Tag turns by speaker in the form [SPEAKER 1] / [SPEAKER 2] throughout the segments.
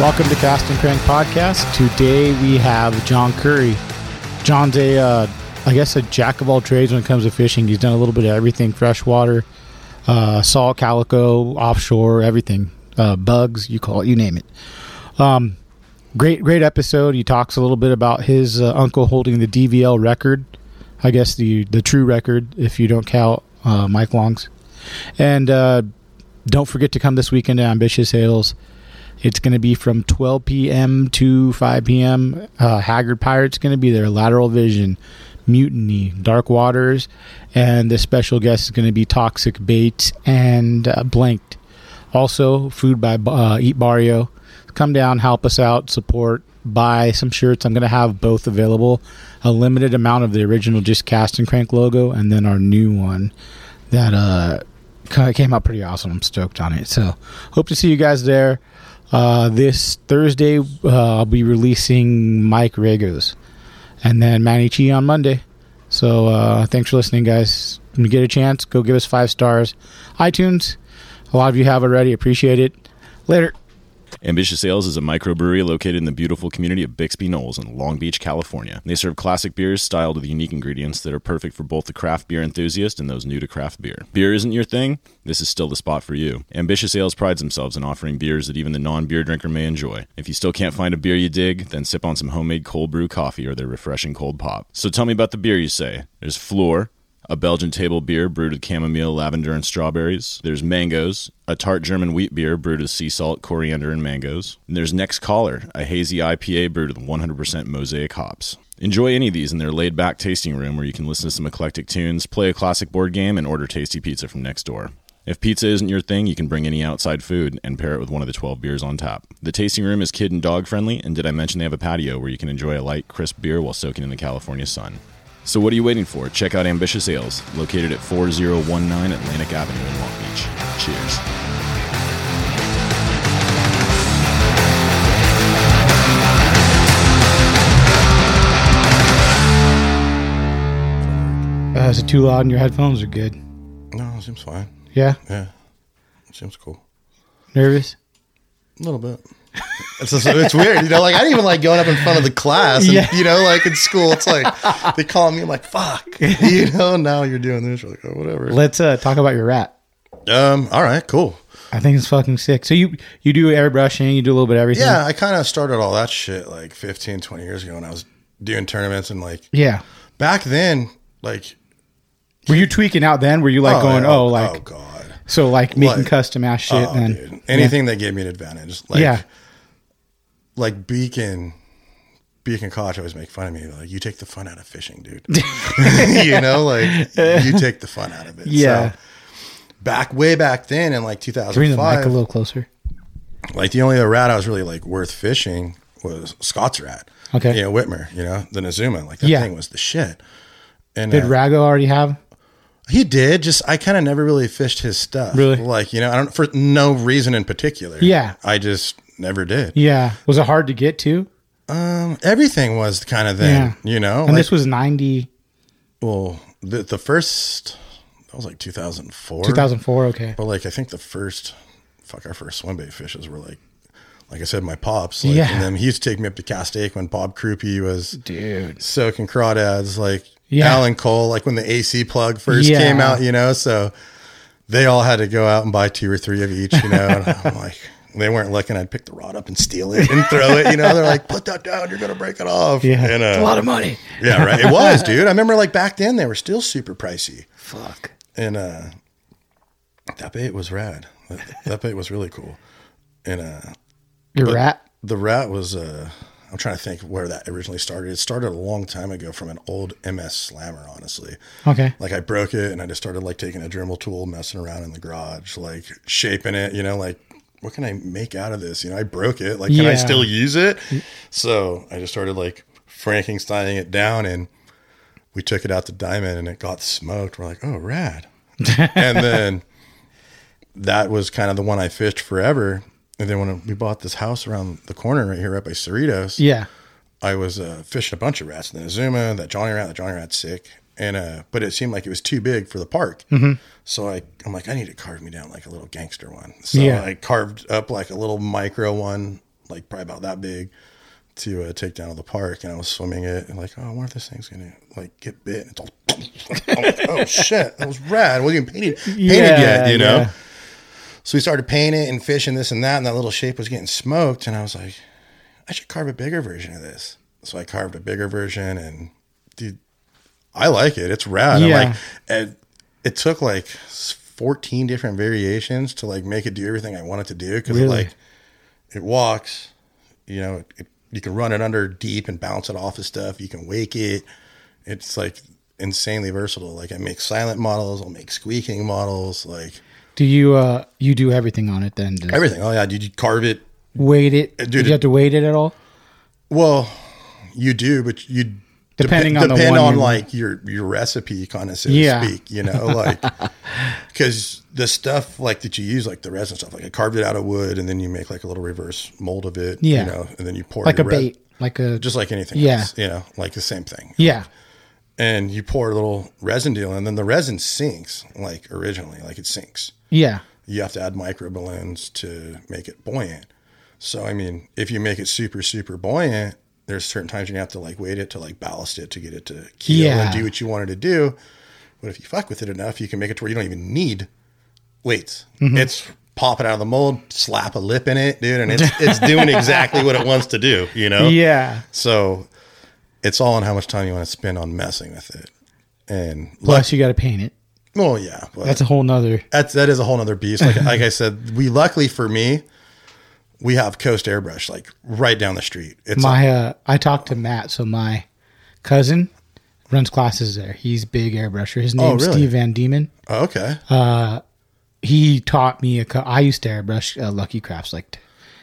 [SPEAKER 1] Welcome to Cast and Crank Podcast. Today we have John Curry. John's a, uh, I guess, a jack of all trades when it comes to fishing. He's done a little bit of everything: freshwater, uh, salt, calico, offshore, everything, uh, bugs. You call it, you name it. Um, great, great episode. He talks a little bit about his uh, uncle holding the DVL record. I guess the the true record, if you don't count uh, Mike Long's. And uh, don't forget to come this weekend to Ambitious Hales. It's going to be from 12 p.m. to 5 p.m. Uh, Haggard Pirates going to be there. Lateral Vision, Mutiny, Dark Waters, and the special guest is going to be Toxic Baits and uh, Blanked. Also, food by uh, Eat Barrio. Come down, help us out, support, buy some shirts. I'm going to have both available. A limited amount of the original just cast and crank logo, and then our new one that uh ca- came out pretty awesome. I'm stoked on it. So hope to see you guys there. Uh, this Thursday, uh, I'll be releasing Mike Rego's and then Manny Chi on Monday. So uh, thanks for listening, guys. When you get a chance, go give us five stars. iTunes, a lot of you have already. Appreciate it. Later.
[SPEAKER 2] Ambitious Ales is a microbrewery located in the beautiful community of Bixby Knolls in Long Beach, California. They serve classic beers styled with unique ingredients that are perfect for both the craft beer enthusiast and those new to craft beer. Beer isn't your thing? This is still the spot for you. Ambitious Ales prides themselves in offering beers that even the non beer drinker may enjoy. If you still can't find a beer you dig, then sip on some homemade cold brew coffee or their refreshing cold pop. So tell me about the beer you say. There's Floor a Belgian table beer brewed with chamomile, lavender, and strawberries. There's Mangoes, a tart German wheat beer brewed with sea salt, coriander, and mangoes. And there's Next Caller, a hazy IPA brewed with 100% mosaic hops. Enjoy any of these in their laid back tasting room where you can listen to some eclectic tunes, play a classic board game, and order tasty pizza from next door. If pizza isn't your thing, you can bring any outside food and pair it with one of the 12 beers on tap. The tasting room is kid and dog friendly, and did I mention they have a patio where you can enjoy a light, crisp beer while soaking in the California sun? So what are you waiting for? Check out Ambitious Ales, located at 4019 Atlantic Avenue in Long Beach. Cheers.
[SPEAKER 1] Uh, is it too loud? And your headphones are good.
[SPEAKER 3] No, it seems fine.
[SPEAKER 1] Yeah.
[SPEAKER 3] Yeah, it seems cool.
[SPEAKER 1] Nervous.
[SPEAKER 3] A little bit. It's, just- it's weird, you know. Like I didn't even like going up in front of the class, and,
[SPEAKER 1] Yeah.
[SPEAKER 3] you know, like in school, it's like they call me. I'm like, fuck, you know. Now you're doing this, you're like, oh, whatever.
[SPEAKER 1] Let's uh, talk about your rat.
[SPEAKER 3] um, all right, cool.
[SPEAKER 1] I think it's fucking sick. So you you do airbrushing, you do a little bit of everything.
[SPEAKER 3] Yeah, I kind of started all that shit like 15, 20 years ago, when I was doing tournaments and like
[SPEAKER 1] Yeah.
[SPEAKER 3] back then, like
[SPEAKER 1] Were you tweaking out then? Were you like going, oh, like
[SPEAKER 3] oh god,
[SPEAKER 1] so like making
[SPEAKER 3] Like,
[SPEAKER 1] custom ass shit
[SPEAKER 3] Oh,
[SPEAKER 1] then?
[SPEAKER 3] dude. anything that gave me an advantage, like
[SPEAKER 1] yeah.
[SPEAKER 3] like Beacon, Beacon Koch always make fun of me. Like, you take the fun out of fishing, dude. you know, like you take the fun out of it.
[SPEAKER 1] Yeah.
[SPEAKER 3] So, back way back then in like
[SPEAKER 1] Bring the mic a
[SPEAKER 3] 2005,
[SPEAKER 1] little closer.
[SPEAKER 3] like the only other rat I was really like worth fishing was Scott's rat.
[SPEAKER 1] Okay.
[SPEAKER 3] You know, Whitmer, you know, the Nazuma. Like that
[SPEAKER 1] Yeah.
[SPEAKER 3] thing was the shit. And
[SPEAKER 1] Did
[SPEAKER 3] uh,
[SPEAKER 1] Rago already have?
[SPEAKER 3] he did. Just I kind of never really fished his stuff.
[SPEAKER 1] Really?
[SPEAKER 3] Like you know, I don't for no reason in particular.
[SPEAKER 1] Yeah.
[SPEAKER 3] I just never did.
[SPEAKER 1] Yeah. Was it hard to get to?
[SPEAKER 3] Um, everything was the kind of thing.
[SPEAKER 1] Yeah.
[SPEAKER 3] You know,
[SPEAKER 1] And
[SPEAKER 3] like-
[SPEAKER 1] this was 90,
[SPEAKER 3] Well, the the first that was like 2004.
[SPEAKER 1] 2004. Okay.
[SPEAKER 3] Oh, But like I think the first fuck our first swim bait fishes were like like I said, my pops. Like,
[SPEAKER 1] Yeah.
[SPEAKER 3] And then he used to take me up to Castaic when Bob Krupe was
[SPEAKER 1] Dude.
[SPEAKER 3] soaking crawdads, like
[SPEAKER 1] Yeah.
[SPEAKER 3] Alan Cole, like when the AC plug first
[SPEAKER 1] Yeah.
[SPEAKER 3] came out, you know. So they all had to go out and buy two or three of each, you know. And I'm like, they weren't looking. I'd pick the rod up and steal it and throw it, you know. They're like, put that down, you're gonna break it off.
[SPEAKER 1] Yeah.
[SPEAKER 3] And, uh,
[SPEAKER 1] It's a lot of money.
[SPEAKER 3] yeah, right. It was, dude. I remember like back then they were still super pricey,
[SPEAKER 1] Fuck.
[SPEAKER 3] and uh, that bait was rad. That, that bait was really cool, and uh,
[SPEAKER 1] Your rat.
[SPEAKER 3] the rat was uh I'm trying to think where that originally started. It started a long time ago from an old MS slammer, honestly.
[SPEAKER 1] Okay.
[SPEAKER 3] Like I broke it and I just started like taking a Dremel tool, messing around in the garage, like shaping it, you know, like what can I make out of this? You know, I broke it. Like, can I
[SPEAKER 1] Yeah.
[SPEAKER 3] still use it? So I just started like Frankensteining it down and we took it out to Diamond and it got smoked. We're like, oh, rad. and then that was kind of the one I fished forever. And then when we bought this house around the corner right here, right by Cerritos,
[SPEAKER 1] Yeah.
[SPEAKER 3] I was uh, fishing a bunch of rats, and then Azuma, that Johnny rat, that Johnny rat's sick, and uh, but it seemed like it was too big for the park.
[SPEAKER 1] Mm-hmm.
[SPEAKER 3] So I, I'm like, I need to carve me down like a little gangster one. So
[SPEAKER 1] Yeah.
[SPEAKER 3] I carved up like a little micro one, like probably about that big, to uh, take down to the park. And I was swimming it, and like, oh, I wonder if this thing's gonna like get bit. It's all, I'm like, oh shit, that was rad. Wasn't even painted, painted
[SPEAKER 1] Yeah,
[SPEAKER 3] yet, you know.
[SPEAKER 1] yeah.
[SPEAKER 3] So we started painting and fishing this and that, and that little shape was getting smoked. And I was like, I should carve a bigger version of this. So I carved a bigger version, and dude, I like it. It's rad. I'm
[SPEAKER 1] Yeah.
[SPEAKER 3] like, and it took like 14 different variations to like make it do everything I wanted to do because
[SPEAKER 1] Really?
[SPEAKER 3] like it walks, you know, it, it, you can run it under deep and bounce it off of stuff. You can wake it. It's like insanely versatile. Like I make silent models, I'll make squeaking models, like
[SPEAKER 1] Do you uh you do everything on it then? Just
[SPEAKER 3] everything. Oh yeah, dude, you carve it
[SPEAKER 1] weight it. Did
[SPEAKER 3] Uh, dude,
[SPEAKER 1] you have to weight it at all?
[SPEAKER 3] Well, you do, but you dep-
[SPEAKER 1] Depending on the
[SPEAKER 3] depend
[SPEAKER 1] one
[SPEAKER 3] on
[SPEAKER 1] you-
[SPEAKER 3] like your your recipe, kind of so to
[SPEAKER 1] Yeah.
[SPEAKER 3] speak. You know, like because the stuff like that you use, like the resin stuff, like I carved it out of wood, and then you make like a little reverse mold of it.
[SPEAKER 1] Yeah.
[SPEAKER 3] you know, and then you pour
[SPEAKER 1] Like a
[SPEAKER 3] your res-
[SPEAKER 1] bait. Like a
[SPEAKER 3] just like anything.
[SPEAKER 1] Yeah.
[SPEAKER 3] else, you know, like the same thing.
[SPEAKER 1] Yeah.
[SPEAKER 3] And you pour a little resin deal, and then the resin sinks like originally, like it sinks
[SPEAKER 1] Yeah.
[SPEAKER 3] you have to add micro balloons to make it buoyant. So I mean, if you make it super super buoyant, there's certain times you have to like wait it to like ballast it to get it to keel
[SPEAKER 1] Yeah.
[SPEAKER 3] and do what you wanted to do. But if you fuck with it enough, you can make it to where you don't even need weights.
[SPEAKER 1] Mm-hmm.
[SPEAKER 3] It's popping out of the mold, slap a lip in it, dude, and it's it's doing exactly what it wants to do. You know?
[SPEAKER 1] Yeah.
[SPEAKER 3] So it's all on how much time you want to spend on messing with it. And
[SPEAKER 1] Plus you gotta paint it.
[SPEAKER 3] well, yeah, but-
[SPEAKER 1] That's a whole nother
[SPEAKER 3] that's that is a whole nother beast. Like like I said, we luckily for me, we have Coast Airbrush like right down the street. It's
[SPEAKER 1] my uh I talked to Matt, so my cousin runs classes there. He's a big airbrusher. His name's
[SPEAKER 3] Oh, really?
[SPEAKER 1] Steve Van Diemen.
[SPEAKER 3] oh, okay.
[SPEAKER 1] uh, He taught me a cou- I used to airbrush uh, Lucky Crafts like t-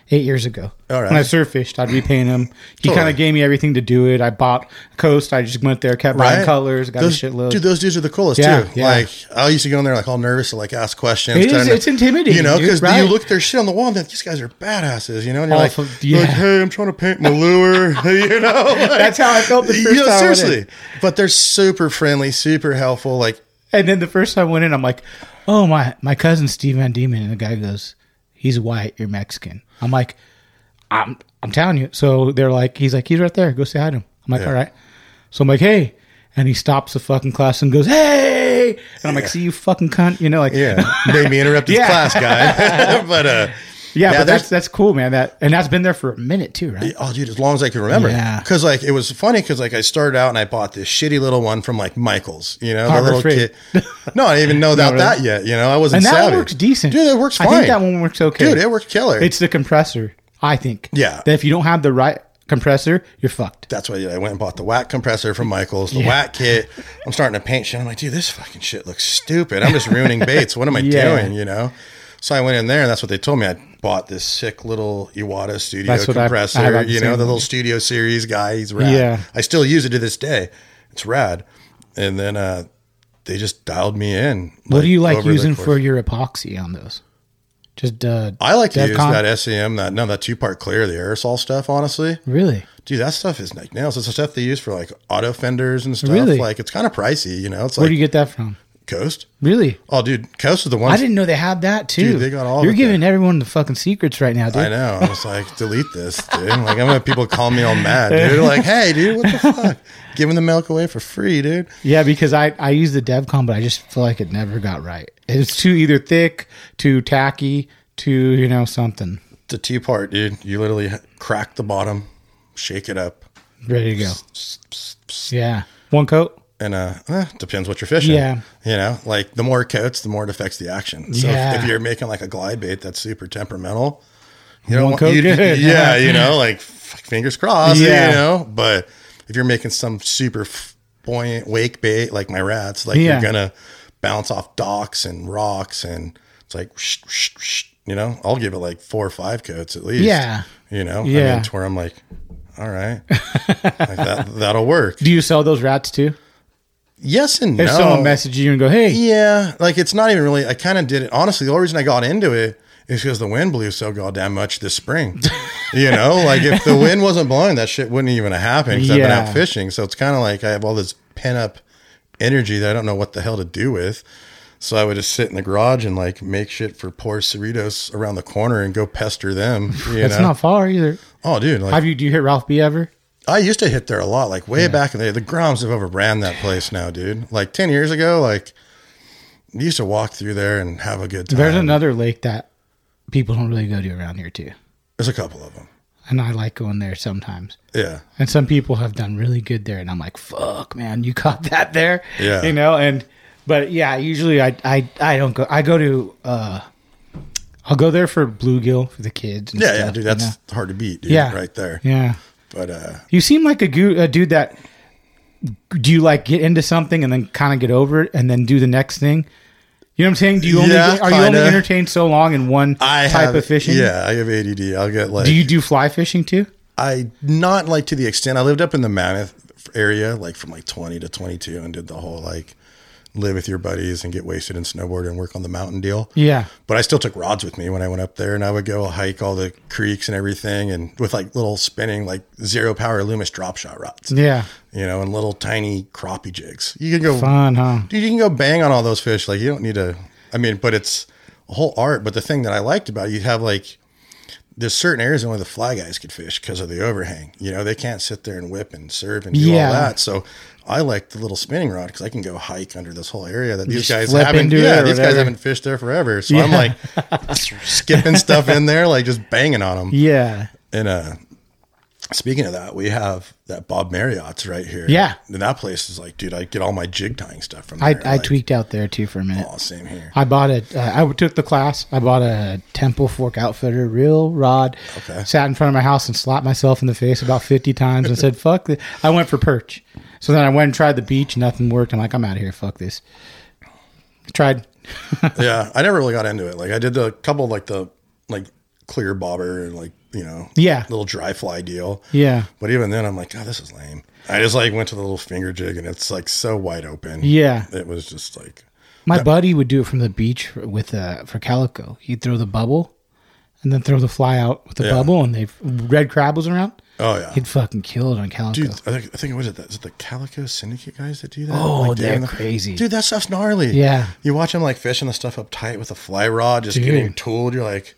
[SPEAKER 1] eight years ago.
[SPEAKER 3] All right.
[SPEAKER 1] When I surfished, I'd repaint him. He
[SPEAKER 3] Totally.
[SPEAKER 1] kind of gave me everything to do it. I bought Coast. I just went there, kept buying colors, got
[SPEAKER 3] those,
[SPEAKER 1] a shitload.
[SPEAKER 3] Dude, those dudes are the coolest
[SPEAKER 1] Yeah,
[SPEAKER 3] too.
[SPEAKER 1] yeah.
[SPEAKER 3] Like I used to go in there like all nervous to like ask questions.
[SPEAKER 1] It is-
[SPEAKER 3] trying to-
[SPEAKER 1] it's intimidating,
[SPEAKER 3] You know,
[SPEAKER 1] dude,
[SPEAKER 3] because
[SPEAKER 1] right?
[SPEAKER 3] you look at their shit on the wall and they're like, these guys are badasses. You know, and you're
[SPEAKER 1] All
[SPEAKER 3] like,
[SPEAKER 1] from-
[SPEAKER 3] you're like,
[SPEAKER 1] yeah.
[SPEAKER 3] hey, I'm trying to paint my lure. you know, like,
[SPEAKER 1] That's how I felt the
[SPEAKER 3] you
[SPEAKER 1] first
[SPEAKER 3] know,
[SPEAKER 1] time I went in.
[SPEAKER 3] seriously, but they're super friendly, super helpful. Like
[SPEAKER 1] And then the first time I went in, I'm like, oh, my, my cousin Steve Van Diemen. And the guy goes, he's white, you're Mexican. I'm like, I'm, I'm telling you. So they're like, he's like, he's right there. Go say hi to him. I'm like, all right. So I'm like, hey. And he stops the fucking class and goes, hey. And I'm like, see you fucking cunt. You know, like,
[SPEAKER 3] yeah, made me interrupt his
[SPEAKER 1] Yeah.
[SPEAKER 3] class, guy. but uh,
[SPEAKER 1] yeah,
[SPEAKER 3] Yeah,
[SPEAKER 1] but that's,
[SPEAKER 3] there's-
[SPEAKER 1] that's cool, man. That, and that's been there for a minute too, right?
[SPEAKER 3] Oh, dude, as long as I can remember.
[SPEAKER 1] Yeah.
[SPEAKER 3] Because like it was funny because like I started out and I bought this shitty little one from like Michaels, you know, the
[SPEAKER 1] Harbor
[SPEAKER 3] little
[SPEAKER 1] Freight.
[SPEAKER 3] kid. No, I didn't even know about that yet. You know, I
[SPEAKER 1] And
[SPEAKER 3] wasn't.
[SPEAKER 1] that
[SPEAKER 3] savvy.
[SPEAKER 1] works decent.
[SPEAKER 3] dude. It works
[SPEAKER 1] I
[SPEAKER 3] fine.
[SPEAKER 1] think that one works okay.
[SPEAKER 3] dude. It works killer.
[SPEAKER 1] It's the compressor, I think.
[SPEAKER 3] Yeah.
[SPEAKER 1] That if you don't have the right compressor, you're fucked.
[SPEAKER 3] That's why I went and bought the whack compressor from Michaels, the whack kit. I'm starting to paint shit. I'm like, dude, this fucking shit looks stupid. I'm just ruining baits. What am I
[SPEAKER 1] Yeah.
[SPEAKER 3] doing? You know. So I went in there, and that's what they told me. I bought this sick little Iwata studio
[SPEAKER 1] That's what I- I
[SPEAKER 3] compressor.
[SPEAKER 1] got the
[SPEAKER 3] you
[SPEAKER 1] same
[SPEAKER 3] know, the
[SPEAKER 1] one.
[SPEAKER 3] little studio series guy. He's rad.
[SPEAKER 1] Yeah.
[SPEAKER 3] I still use it to this day. It's rad. And then uh, they just dialed me in.
[SPEAKER 1] What do you like
[SPEAKER 3] over the
[SPEAKER 1] using
[SPEAKER 3] course-
[SPEAKER 1] for your epoxy on those? Just uh,
[SPEAKER 3] I like to use
[SPEAKER 1] DevCon?
[SPEAKER 3] that SEM, that no, that two part clear, the aerosol stuff. Honestly,
[SPEAKER 1] Really?
[SPEAKER 3] Dude, that stuff is like nails. It's the stuff they use for like auto fenders and stuff.
[SPEAKER 1] Really?
[SPEAKER 3] Like it's kind of pricey, you know. It's
[SPEAKER 1] Where
[SPEAKER 3] like
[SPEAKER 1] do you get that from?
[SPEAKER 3] Coast.
[SPEAKER 1] Really?
[SPEAKER 3] Oh, dude, Coast is the one.
[SPEAKER 1] I didn't know they had that too.
[SPEAKER 3] Dude, they got all
[SPEAKER 1] You're
[SPEAKER 3] of it
[SPEAKER 1] giving everyone the fucking secrets right now, dude.
[SPEAKER 3] I know. I was like, delete this, dude. Like, I'm gonna have people call me all mad, dude. Like, hey, dude, what the fuck? Giving the milk away for free, dude.
[SPEAKER 1] Yeah, because I I used the DevCon, but I just feel like it never got right. It's too either thick, too tacky, too you know something.
[SPEAKER 3] The tea part, dude. You literally crack the bottom, shake it up,
[SPEAKER 1] Ready to go. Yeah, one coat.
[SPEAKER 3] and uh, eh, depends what you're fishing.
[SPEAKER 1] Yeah.
[SPEAKER 3] You know, like the more coats, the more it affects the action. So if-
[SPEAKER 1] Yeah.
[SPEAKER 3] if, you're making like a glide bait that's super temperamental, you don't
[SPEAKER 1] One
[SPEAKER 3] want,
[SPEAKER 1] coat
[SPEAKER 3] you,
[SPEAKER 1] good.
[SPEAKER 3] yeah, you know, like f- fingers crossed,
[SPEAKER 1] Yeah.
[SPEAKER 3] you know. But if you're making some super f- buoyant wake bait like my rats, like
[SPEAKER 1] Yeah.
[SPEAKER 3] you're gonna bounce off docks and rocks, and it's like, you know, I'll give it like four or five coats at least.
[SPEAKER 1] Yeah.
[SPEAKER 3] You know, I
[SPEAKER 1] Yeah.
[SPEAKER 3] mean, to where I'm like, all right, like that, that'll work.
[SPEAKER 1] Do you sell those rats too?
[SPEAKER 3] Yes and
[SPEAKER 1] If
[SPEAKER 3] no.
[SPEAKER 1] someone messaged you and go, hey,
[SPEAKER 3] Yeah, like it's not even really. I kind of did it honestly. The only reason I got into it is because the wind blew so goddamn much this spring. you know, like if the wind wasn't blowing, that shit wouldn't even have happened. Because I've been
[SPEAKER 1] Yeah.
[SPEAKER 3] out fishing, so it's kind of like I have all this pent up energy that I don't know what the hell to do with. So I would just sit in the garage and like make shit for poor Cerritos around the corner and go pester them. You
[SPEAKER 1] it's
[SPEAKER 3] know?
[SPEAKER 1] not far either.
[SPEAKER 3] oh, dude, like
[SPEAKER 1] Have you? Do you hit Ralph B ever?
[SPEAKER 3] I used to hit there a lot, like way back in the day. The Groms have overran that place now, dude. Like ten years ago, like you used to walk through there and have a good time.
[SPEAKER 1] There's
[SPEAKER 3] There's,
[SPEAKER 1] another lake that people don't really go to around here too,
[SPEAKER 3] a couple of them.
[SPEAKER 1] and I like going there sometimes.
[SPEAKER 3] Yeah,
[SPEAKER 1] And some people have done really good there, and I'm like, "Fuck, man, you caught that there."
[SPEAKER 3] Yeah.
[SPEAKER 1] you know. And but yeah, usually I I I don't go. I go to uh, I'll go there for bluegill for the kids. And
[SPEAKER 3] yeah,
[SPEAKER 1] stuff,
[SPEAKER 3] yeah, dude.
[SPEAKER 1] you
[SPEAKER 3] That's
[SPEAKER 1] know?
[SPEAKER 3] hard to beat, dude.
[SPEAKER 1] yeah,
[SPEAKER 3] right there.
[SPEAKER 1] Yeah,
[SPEAKER 3] But uh,
[SPEAKER 1] you seem like a, goo a dude that do you like get into something and then kind of get over it and then do the next thing. You know what I'm saying? Do you only
[SPEAKER 3] Yeah,
[SPEAKER 1] are you only
[SPEAKER 3] kinda.
[SPEAKER 1] entertained so long in one
[SPEAKER 3] I
[SPEAKER 1] type
[SPEAKER 3] have,
[SPEAKER 1] of fishing?
[SPEAKER 3] Yeah, I have ADD. I'll get like
[SPEAKER 1] Do you do fly fishing too?
[SPEAKER 3] I not like to the extent I lived up in the Mammoth area, like from like twenty to twenty two, and did the whole like live with your buddies and get wasted and snowboard and work on the mountain deal.
[SPEAKER 1] Yeah.
[SPEAKER 3] but I still took rods with me when I went up there, and I would go hike all the creeks and everything, and with like little spinning, like zero power Loomis drop shot rods,
[SPEAKER 1] Yeah.
[SPEAKER 3] you know, and little tiny crappie jigs. You can go,
[SPEAKER 1] Fun, huh?
[SPEAKER 3] dude, you can go bang on all those fish. Like you don't need to. I mean, but it's a whole art. But the thing that I liked about it, you have like there's certain areas only the fly guys could fish because of the overhang. You know, they can't sit there and whip and serve and do
[SPEAKER 1] Yeah.
[SPEAKER 3] all that. So I like the little spinning rod because I can go hike under this whole area that these
[SPEAKER 1] just
[SPEAKER 3] guys
[SPEAKER 1] flip
[SPEAKER 3] haven't.
[SPEAKER 1] into it
[SPEAKER 3] Yeah,
[SPEAKER 1] or
[SPEAKER 3] these guys
[SPEAKER 1] whatever.
[SPEAKER 3] haven't fished there forever. So I'm like skipping stuff in there, like just banging on them.
[SPEAKER 1] Yeah.
[SPEAKER 3] And uh, speaking of that, we have that Bob Marriott's right here.
[SPEAKER 1] Yeah.
[SPEAKER 3] and that place is like, dude, I get all my jig tying stuff from.
[SPEAKER 1] I,
[SPEAKER 3] there,
[SPEAKER 1] I
[SPEAKER 3] like,
[SPEAKER 1] tweaked out there too for a minute.
[SPEAKER 3] Oh, same here.
[SPEAKER 1] I bought a. Uh, I took the class. I bought a Temple Fork Outfitter real rod.
[SPEAKER 3] Okay.
[SPEAKER 1] Sat in front of my house and slapped myself in the face about fifty times and said, "Fuck!" This. I went for perch. So then I went and tried the beach. Nothing worked. I'm like, I'm out of here. Fuck this. Tried.
[SPEAKER 3] yeah, I never really got into it. Like I did the couple like the like clear bobber and like you know
[SPEAKER 1] Yeah.
[SPEAKER 3] little dry fly deal.
[SPEAKER 1] Yeah.
[SPEAKER 3] But even then, I'm like, God, this is lame. I just like went to the little finger jig, and it's like so wide open.
[SPEAKER 1] Yeah.
[SPEAKER 3] it was just like,
[SPEAKER 1] My buddy would do it from the beach with uh for calico. He'd throw the bubble, and then throw the fly out with the
[SPEAKER 3] Yeah.
[SPEAKER 1] bubble, and they red crab was around.
[SPEAKER 3] oh yeah,
[SPEAKER 1] He'd fucking kill it on calico.
[SPEAKER 3] dude. I think, I think what is it? That is it the Calico Syndicate guys that do that?
[SPEAKER 1] Oh,
[SPEAKER 3] they
[SPEAKER 1] they're
[SPEAKER 3] have the-
[SPEAKER 1] crazy.
[SPEAKER 3] dude. That stuff's gnarly.
[SPEAKER 1] Yeah.
[SPEAKER 3] you watch them like fishing the stuff up tight with a fly rod, just
[SPEAKER 1] Dude.
[SPEAKER 3] getting tooled. You're like.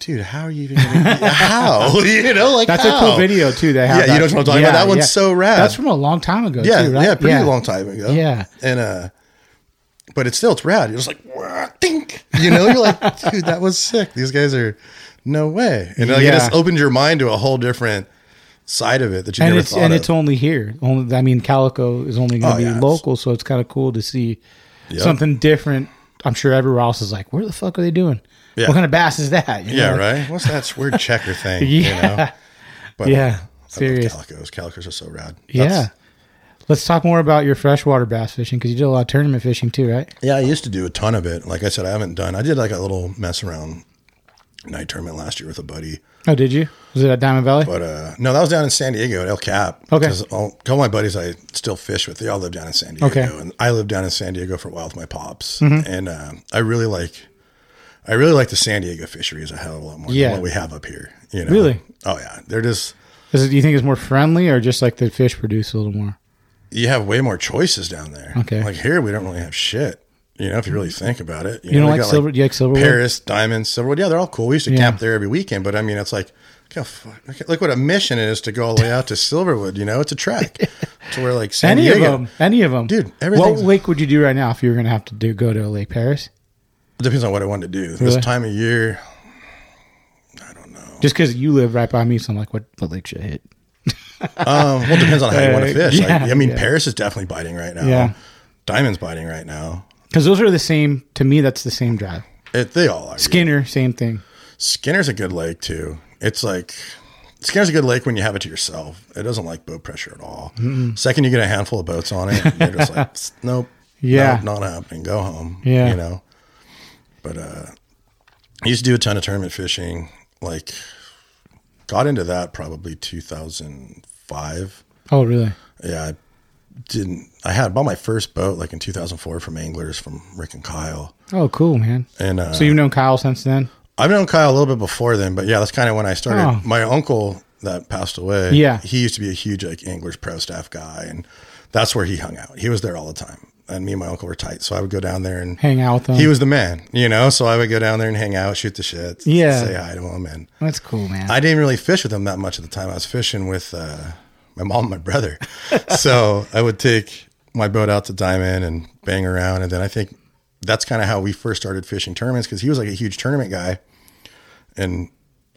[SPEAKER 3] Dude, how are you even? Gonna, how you know like
[SPEAKER 1] That's a
[SPEAKER 3] how?
[SPEAKER 1] cool video too. They have
[SPEAKER 3] Yeah, you
[SPEAKER 1] that.
[SPEAKER 3] know what I'm talking about. That one's so rad.
[SPEAKER 1] That's from a long time ago.
[SPEAKER 3] Yeah,
[SPEAKER 1] too, right?
[SPEAKER 3] yeah, pretty long time ago.
[SPEAKER 1] Yeah.
[SPEAKER 3] and uh, but it's still it's rad. You're just like, "Wah, think, you know, you're like, dude, that was sick. These guys are no way, and like,
[SPEAKER 1] Yeah.
[SPEAKER 3] it just opened your mind to a whole different side of it that you
[SPEAKER 1] And
[SPEAKER 3] never
[SPEAKER 1] it's
[SPEAKER 3] thought
[SPEAKER 1] and
[SPEAKER 3] of.
[SPEAKER 1] it's only here. Only I mean, Calico is only going
[SPEAKER 3] Oh,
[SPEAKER 1] to
[SPEAKER 3] yeah,
[SPEAKER 1] be
[SPEAKER 3] it's-
[SPEAKER 1] local, so it's kind of cool to see something different. I'm sure everywhere else is like, where the fuck are they doing?
[SPEAKER 3] Yeah.
[SPEAKER 1] What kind of bass is that? You
[SPEAKER 3] yeah,
[SPEAKER 1] know?
[SPEAKER 3] right. What's that weird checker thing? you know? but
[SPEAKER 1] Yeah,
[SPEAKER 3] I love
[SPEAKER 1] serious.
[SPEAKER 3] calicos. Calicos are so rad.
[SPEAKER 1] Yeah.
[SPEAKER 3] That's-
[SPEAKER 1] Let's talk more about your freshwater bass fishing because you did a lot of tournament fishing too, right?
[SPEAKER 3] Yeah, I used to do a ton of it. Like I said, I haven't done. I did like a little mess around night tournament last year with a buddy.
[SPEAKER 1] Oh, did you? Was it at Diamond Valley?
[SPEAKER 3] But uh, no, that was down in San Diego at El Cap.
[SPEAKER 1] Okay.
[SPEAKER 3] 'Cause All, all my buddies I still fish with, they all live down in San Diego.
[SPEAKER 1] Okay. Mm-hmm.
[SPEAKER 3] And I lived down in San Diego for a while with my pops. And um, I really like, I really like the San Diego fisheries a hell of a lot more
[SPEAKER 1] Yeah.
[SPEAKER 3] than what we have up here. You know?
[SPEAKER 1] Really?
[SPEAKER 3] Oh yeah. They're just,
[SPEAKER 1] Is it, do you think it's more friendly or just like the fish produce a little more?
[SPEAKER 3] you have way more choices down there.
[SPEAKER 1] Okay.
[SPEAKER 3] Like here, we don't really have shit. You know, if you really think about it,
[SPEAKER 1] You don't
[SPEAKER 3] we
[SPEAKER 1] like
[SPEAKER 3] got,
[SPEAKER 1] silver- you like silverwood?
[SPEAKER 3] Paris diamonds, silverwood. Yeah, they're all cool. We used to
[SPEAKER 1] Yeah.
[SPEAKER 3] camp there every weekend, but I mean, it's like, look, how fuck, look- look what a mission it is to go all the way out to Silverwood. You know, it's a trek to where like San
[SPEAKER 1] Any of
[SPEAKER 3] Diego.
[SPEAKER 1] them, any of them,
[SPEAKER 3] Dude,
[SPEAKER 1] What
[SPEAKER 3] everything's-
[SPEAKER 1] lake would you do right now if you were going to have to do go to a lake, Paris?
[SPEAKER 3] Depends on what I want to do.
[SPEAKER 1] Really?
[SPEAKER 3] This time of year,
[SPEAKER 1] Just because you live right by me, so I'm like, what, what lake should I hit?
[SPEAKER 3] um, well, it depends on how you want
[SPEAKER 1] Uh,
[SPEAKER 3] to fish. Like,
[SPEAKER 1] yeah,
[SPEAKER 3] I mean,
[SPEAKER 1] yeah.
[SPEAKER 3] Paris is definitely biting right now.
[SPEAKER 1] Yeah.
[SPEAKER 3] Diamonds biting right now.
[SPEAKER 1] Because those are the same. To me, that's the same drive.
[SPEAKER 3] It, they all are.
[SPEAKER 1] Skinner, same thing.
[SPEAKER 3] Skinner's a good lake too. It's like Skinner's a good lake when you have it to yourself. It doesn't like boat pressure at all. Second you get a handful of boats on it, you're just like, "Psst, nope,
[SPEAKER 1] Yeah.
[SPEAKER 3] nope, not happening. Go home.
[SPEAKER 1] Yeah.
[SPEAKER 3] you know. But uh, I used to do a ton of tournament fishing. Like, got into that probably 2005.
[SPEAKER 1] Oh, really?
[SPEAKER 3] Yeah, I didn't. I had bought my first boat like in 2004 from anglers from Rick and Kyle.
[SPEAKER 1] Oh, cool, man.
[SPEAKER 3] And uh,
[SPEAKER 1] So you've known Kyle since then?
[SPEAKER 3] I've known Kyle a little bit before then, but yeah, that's kind of when I started.
[SPEAKER 1] Oh.
[SPEAKER 3] My uncle that passed away,
[SPEAKER 1] Yeah.
[SPEAKER 3] he used to be a huge like Anglers Pro staff guy, and that's where he hung out. He was there all the time, and me and my uncle were tight, so I would go down there and
[SPEAKER 1] Hang out with him.
[SPEAKER 3] He was the man, you know. So I would go down there and hang out, shoot the shit,
[SPEAKER 1] Yeah.
[SPEAKER 3] say hi to him, and
[SPEAKER 1] That's cool, man.
[SPEAKER 3] I didn't really fish with him that much at the time. I was fishing with uh, my mom and my brother. so I would take my boat out to Diamond and bang around. And then I think that's kind of how we first started fishing tournaments because he was like a huge tournament guy. And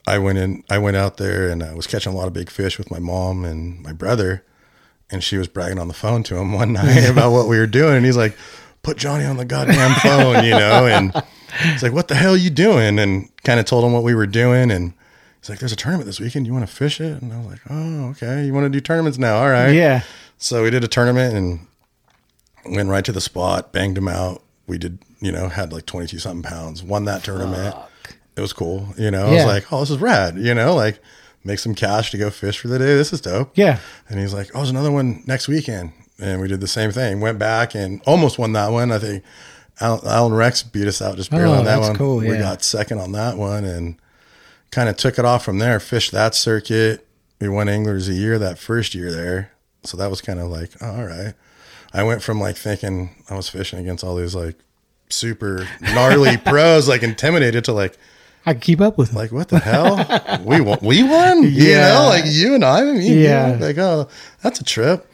[SPEAKER 3] I went in, I went out there and I was catching a lot of big fish with my mom and my brother. And she was bragging on the phone to him one night about what we were doing. And he's like, put Johnny on the goddamn phone, you know? And it's like, what the hell you doing? And kind of told him what we were doing. And he's like, there's a tournament this weekend. You want to fish it? And I was like, oh, okay. You want to do tournaments now? All right.
[SPEAKER 1] yeah.
[SPEAKER 3] So we did a tournament and went right to the spot, banged him out. We did, you know, had like 22 something pounds, won that tournament. It was cool. You know, I
[SPEAKER 1] Yeah.
[SPEAKER 3] was like, oh, this is rad. You know, like make some cash to go fish for the day. This is dope.
[SPEAKER 1] Yeah.
[SPEAKER 3] And he's like, "Oh, there's another one next weekend." And we did the same thing. Went back and almost won that one. I think Al- Alan Rex beat us out just barely
[SPEAKER 1] Oh,
[SPEAKER 3] on that
[SPEAKER 1] that's
[SPEAKER 3] one.
[SPEAKER 1] cool,
[SPEAKER 3] We
[SPEAKER 1] yeah.
[SPEAKER 3] got second on that one and kind of took it off from there. Fished that circuit. We won anglers a year that first year there. So that was kind of like, oh, all right. I went from like thinking I was fishing against all these like super gnarly pros, like intimidated to like
[SPEAKER 1] I could keep up with him.
[SPEAKER 3] like what the hell we won we won you
[SPEAKER 1] Yeah.
[SPEAKER 3] know like you and i I mean,
[SPEAKER 1] Yeah.
[SPEAKER 3] yeah like oh that's a trip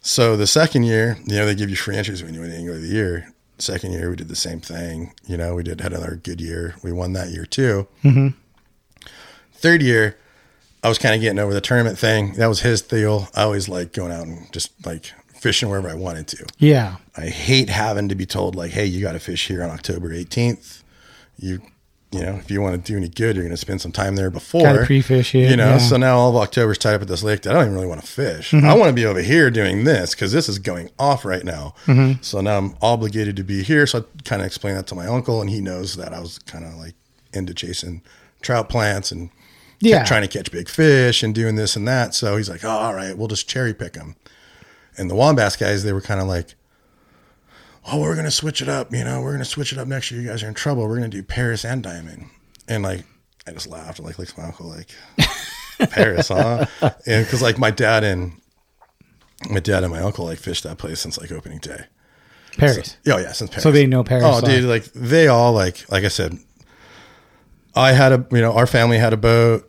[SPEAKER 3] so the second year you know they give you free entries when you win the angler of the year second year we did the same thing you know we did had another good year we won that year too third year i was kind of getting over the tournament thing that was his deal i always like going out and just like fishing wherever i wanted to
[SPEAKER 1] yeah.
[SPEAKER 3] I hate having to be told like, "Hey, you got to fish here on October 18th." You, you know, if you want to do any good, you're going to spend some time there before.
[SPEAKER 1] Gotta pre-fish it,
[SPEAKER 3] You know,
[SPEAKER 1] yeah. Mm-hmm.
[SPEAKER 3] so now all of October's tied up at this lake that I don't even really want to fish. I want to be over here doing this because this is going off right now.
[SPEAKER 1] Mm-hmm.
[SPEAKER 3] So now I'm obligated to be here. So I kind of explained that to my uncle, and he knows that I was kind of like into chasing trout plants and kept
[SPEAKER 1] Yeah.
[SPEAKER 3] trying to catch big fish and doing this and that. So he's like, oh, all right, we'll just cherry pick them. And the Wombass guys, they were kind of like, oh, we're going to switch it up. You know, we're going to switch it up next year. You guys are in trouble. We're going to do Paris and Diamond. And like, I just laughed. Like, like my uncle, like, Paris, huh? And because like my dad and my dad and my uncle like fished that place since like opening day.
[SPEAKER 1] Paris.
[SPEAKER 3] Oh yeah, since Paris.
[SPEAKER 1] So they know Paris,
[SPEAKER 3] Oh,
[SPEAKER 1] huh?
[SPEAKER 3] dude, like they all like like I said, I had a you know our family had a boat.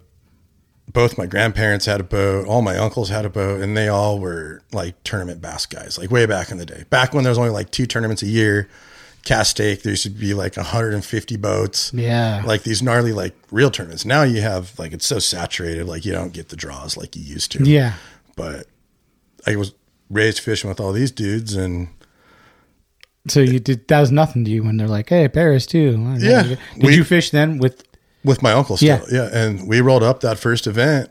[SPEAKER 3] Both my grandparents had a boat. All my uncles had a boat, and they all were like tournament bass guys, like way back in the day. Back when there was only like two tournaments a year, cast stake. There used to be like 150 boats.
[SPEAKER 1] yeah.
[SPEAKER 3] Like these gnarly like real tournaments. Now you have like it's so saturated, like you don't get the draws like you used to
[SPEAKER 1] yeah.
[SPEAKER 3] but I was raised fishing with all these dudes, and
[SPEAKER 1] So you did that was nothing to you when they're like, "Hey, Paris too." Well,
[SPEAKER 3] Yeah.
[SPEAKER 1] Did
[SPEAKER 3] We-
[SPEAKER 1] you fish then with?
[SPEAKER 3] with my uncle still, yeah. And we rolled up that first event,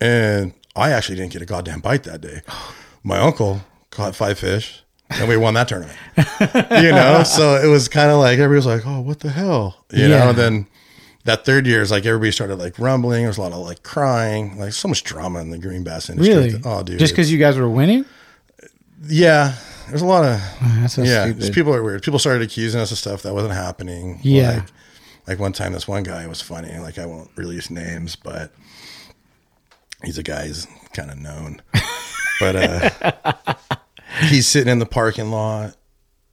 [SPEAKER 3] and I actually didn't get a goddamn bite that day. My uncle caught five fish, and we won that tournament. you know, so it was kind of like everybody was like, "Oh, what the hell?" You
[SPEAKER 1] Yeah.
[SPEAKER 3] know. And then that third year is like everybody started like rumbling. There was a lot of like crying, like so much drama in the green bass industry.
[SPEAKER 1] Really?
[SPEAKER 3] Oh, dude.
[SPEAKER 1] Just because you guys were winning?
[SPEAKER 3] yeah, there's a lot of
[SPEAKER 1] That's so
[SPEAKER 3] yeah,
[SPEAKER 1] stupid.
[SPEAKER 3] just people are weird. People started accusing us of stuff that wasn't happening.
[SPEAKER 1] Yeah.
[SPEAKER 3] Like, like one time, this one guy was funny. Like I won't release names, but he's a guy who's kind of known. But uh, he's sitting in the parking lot,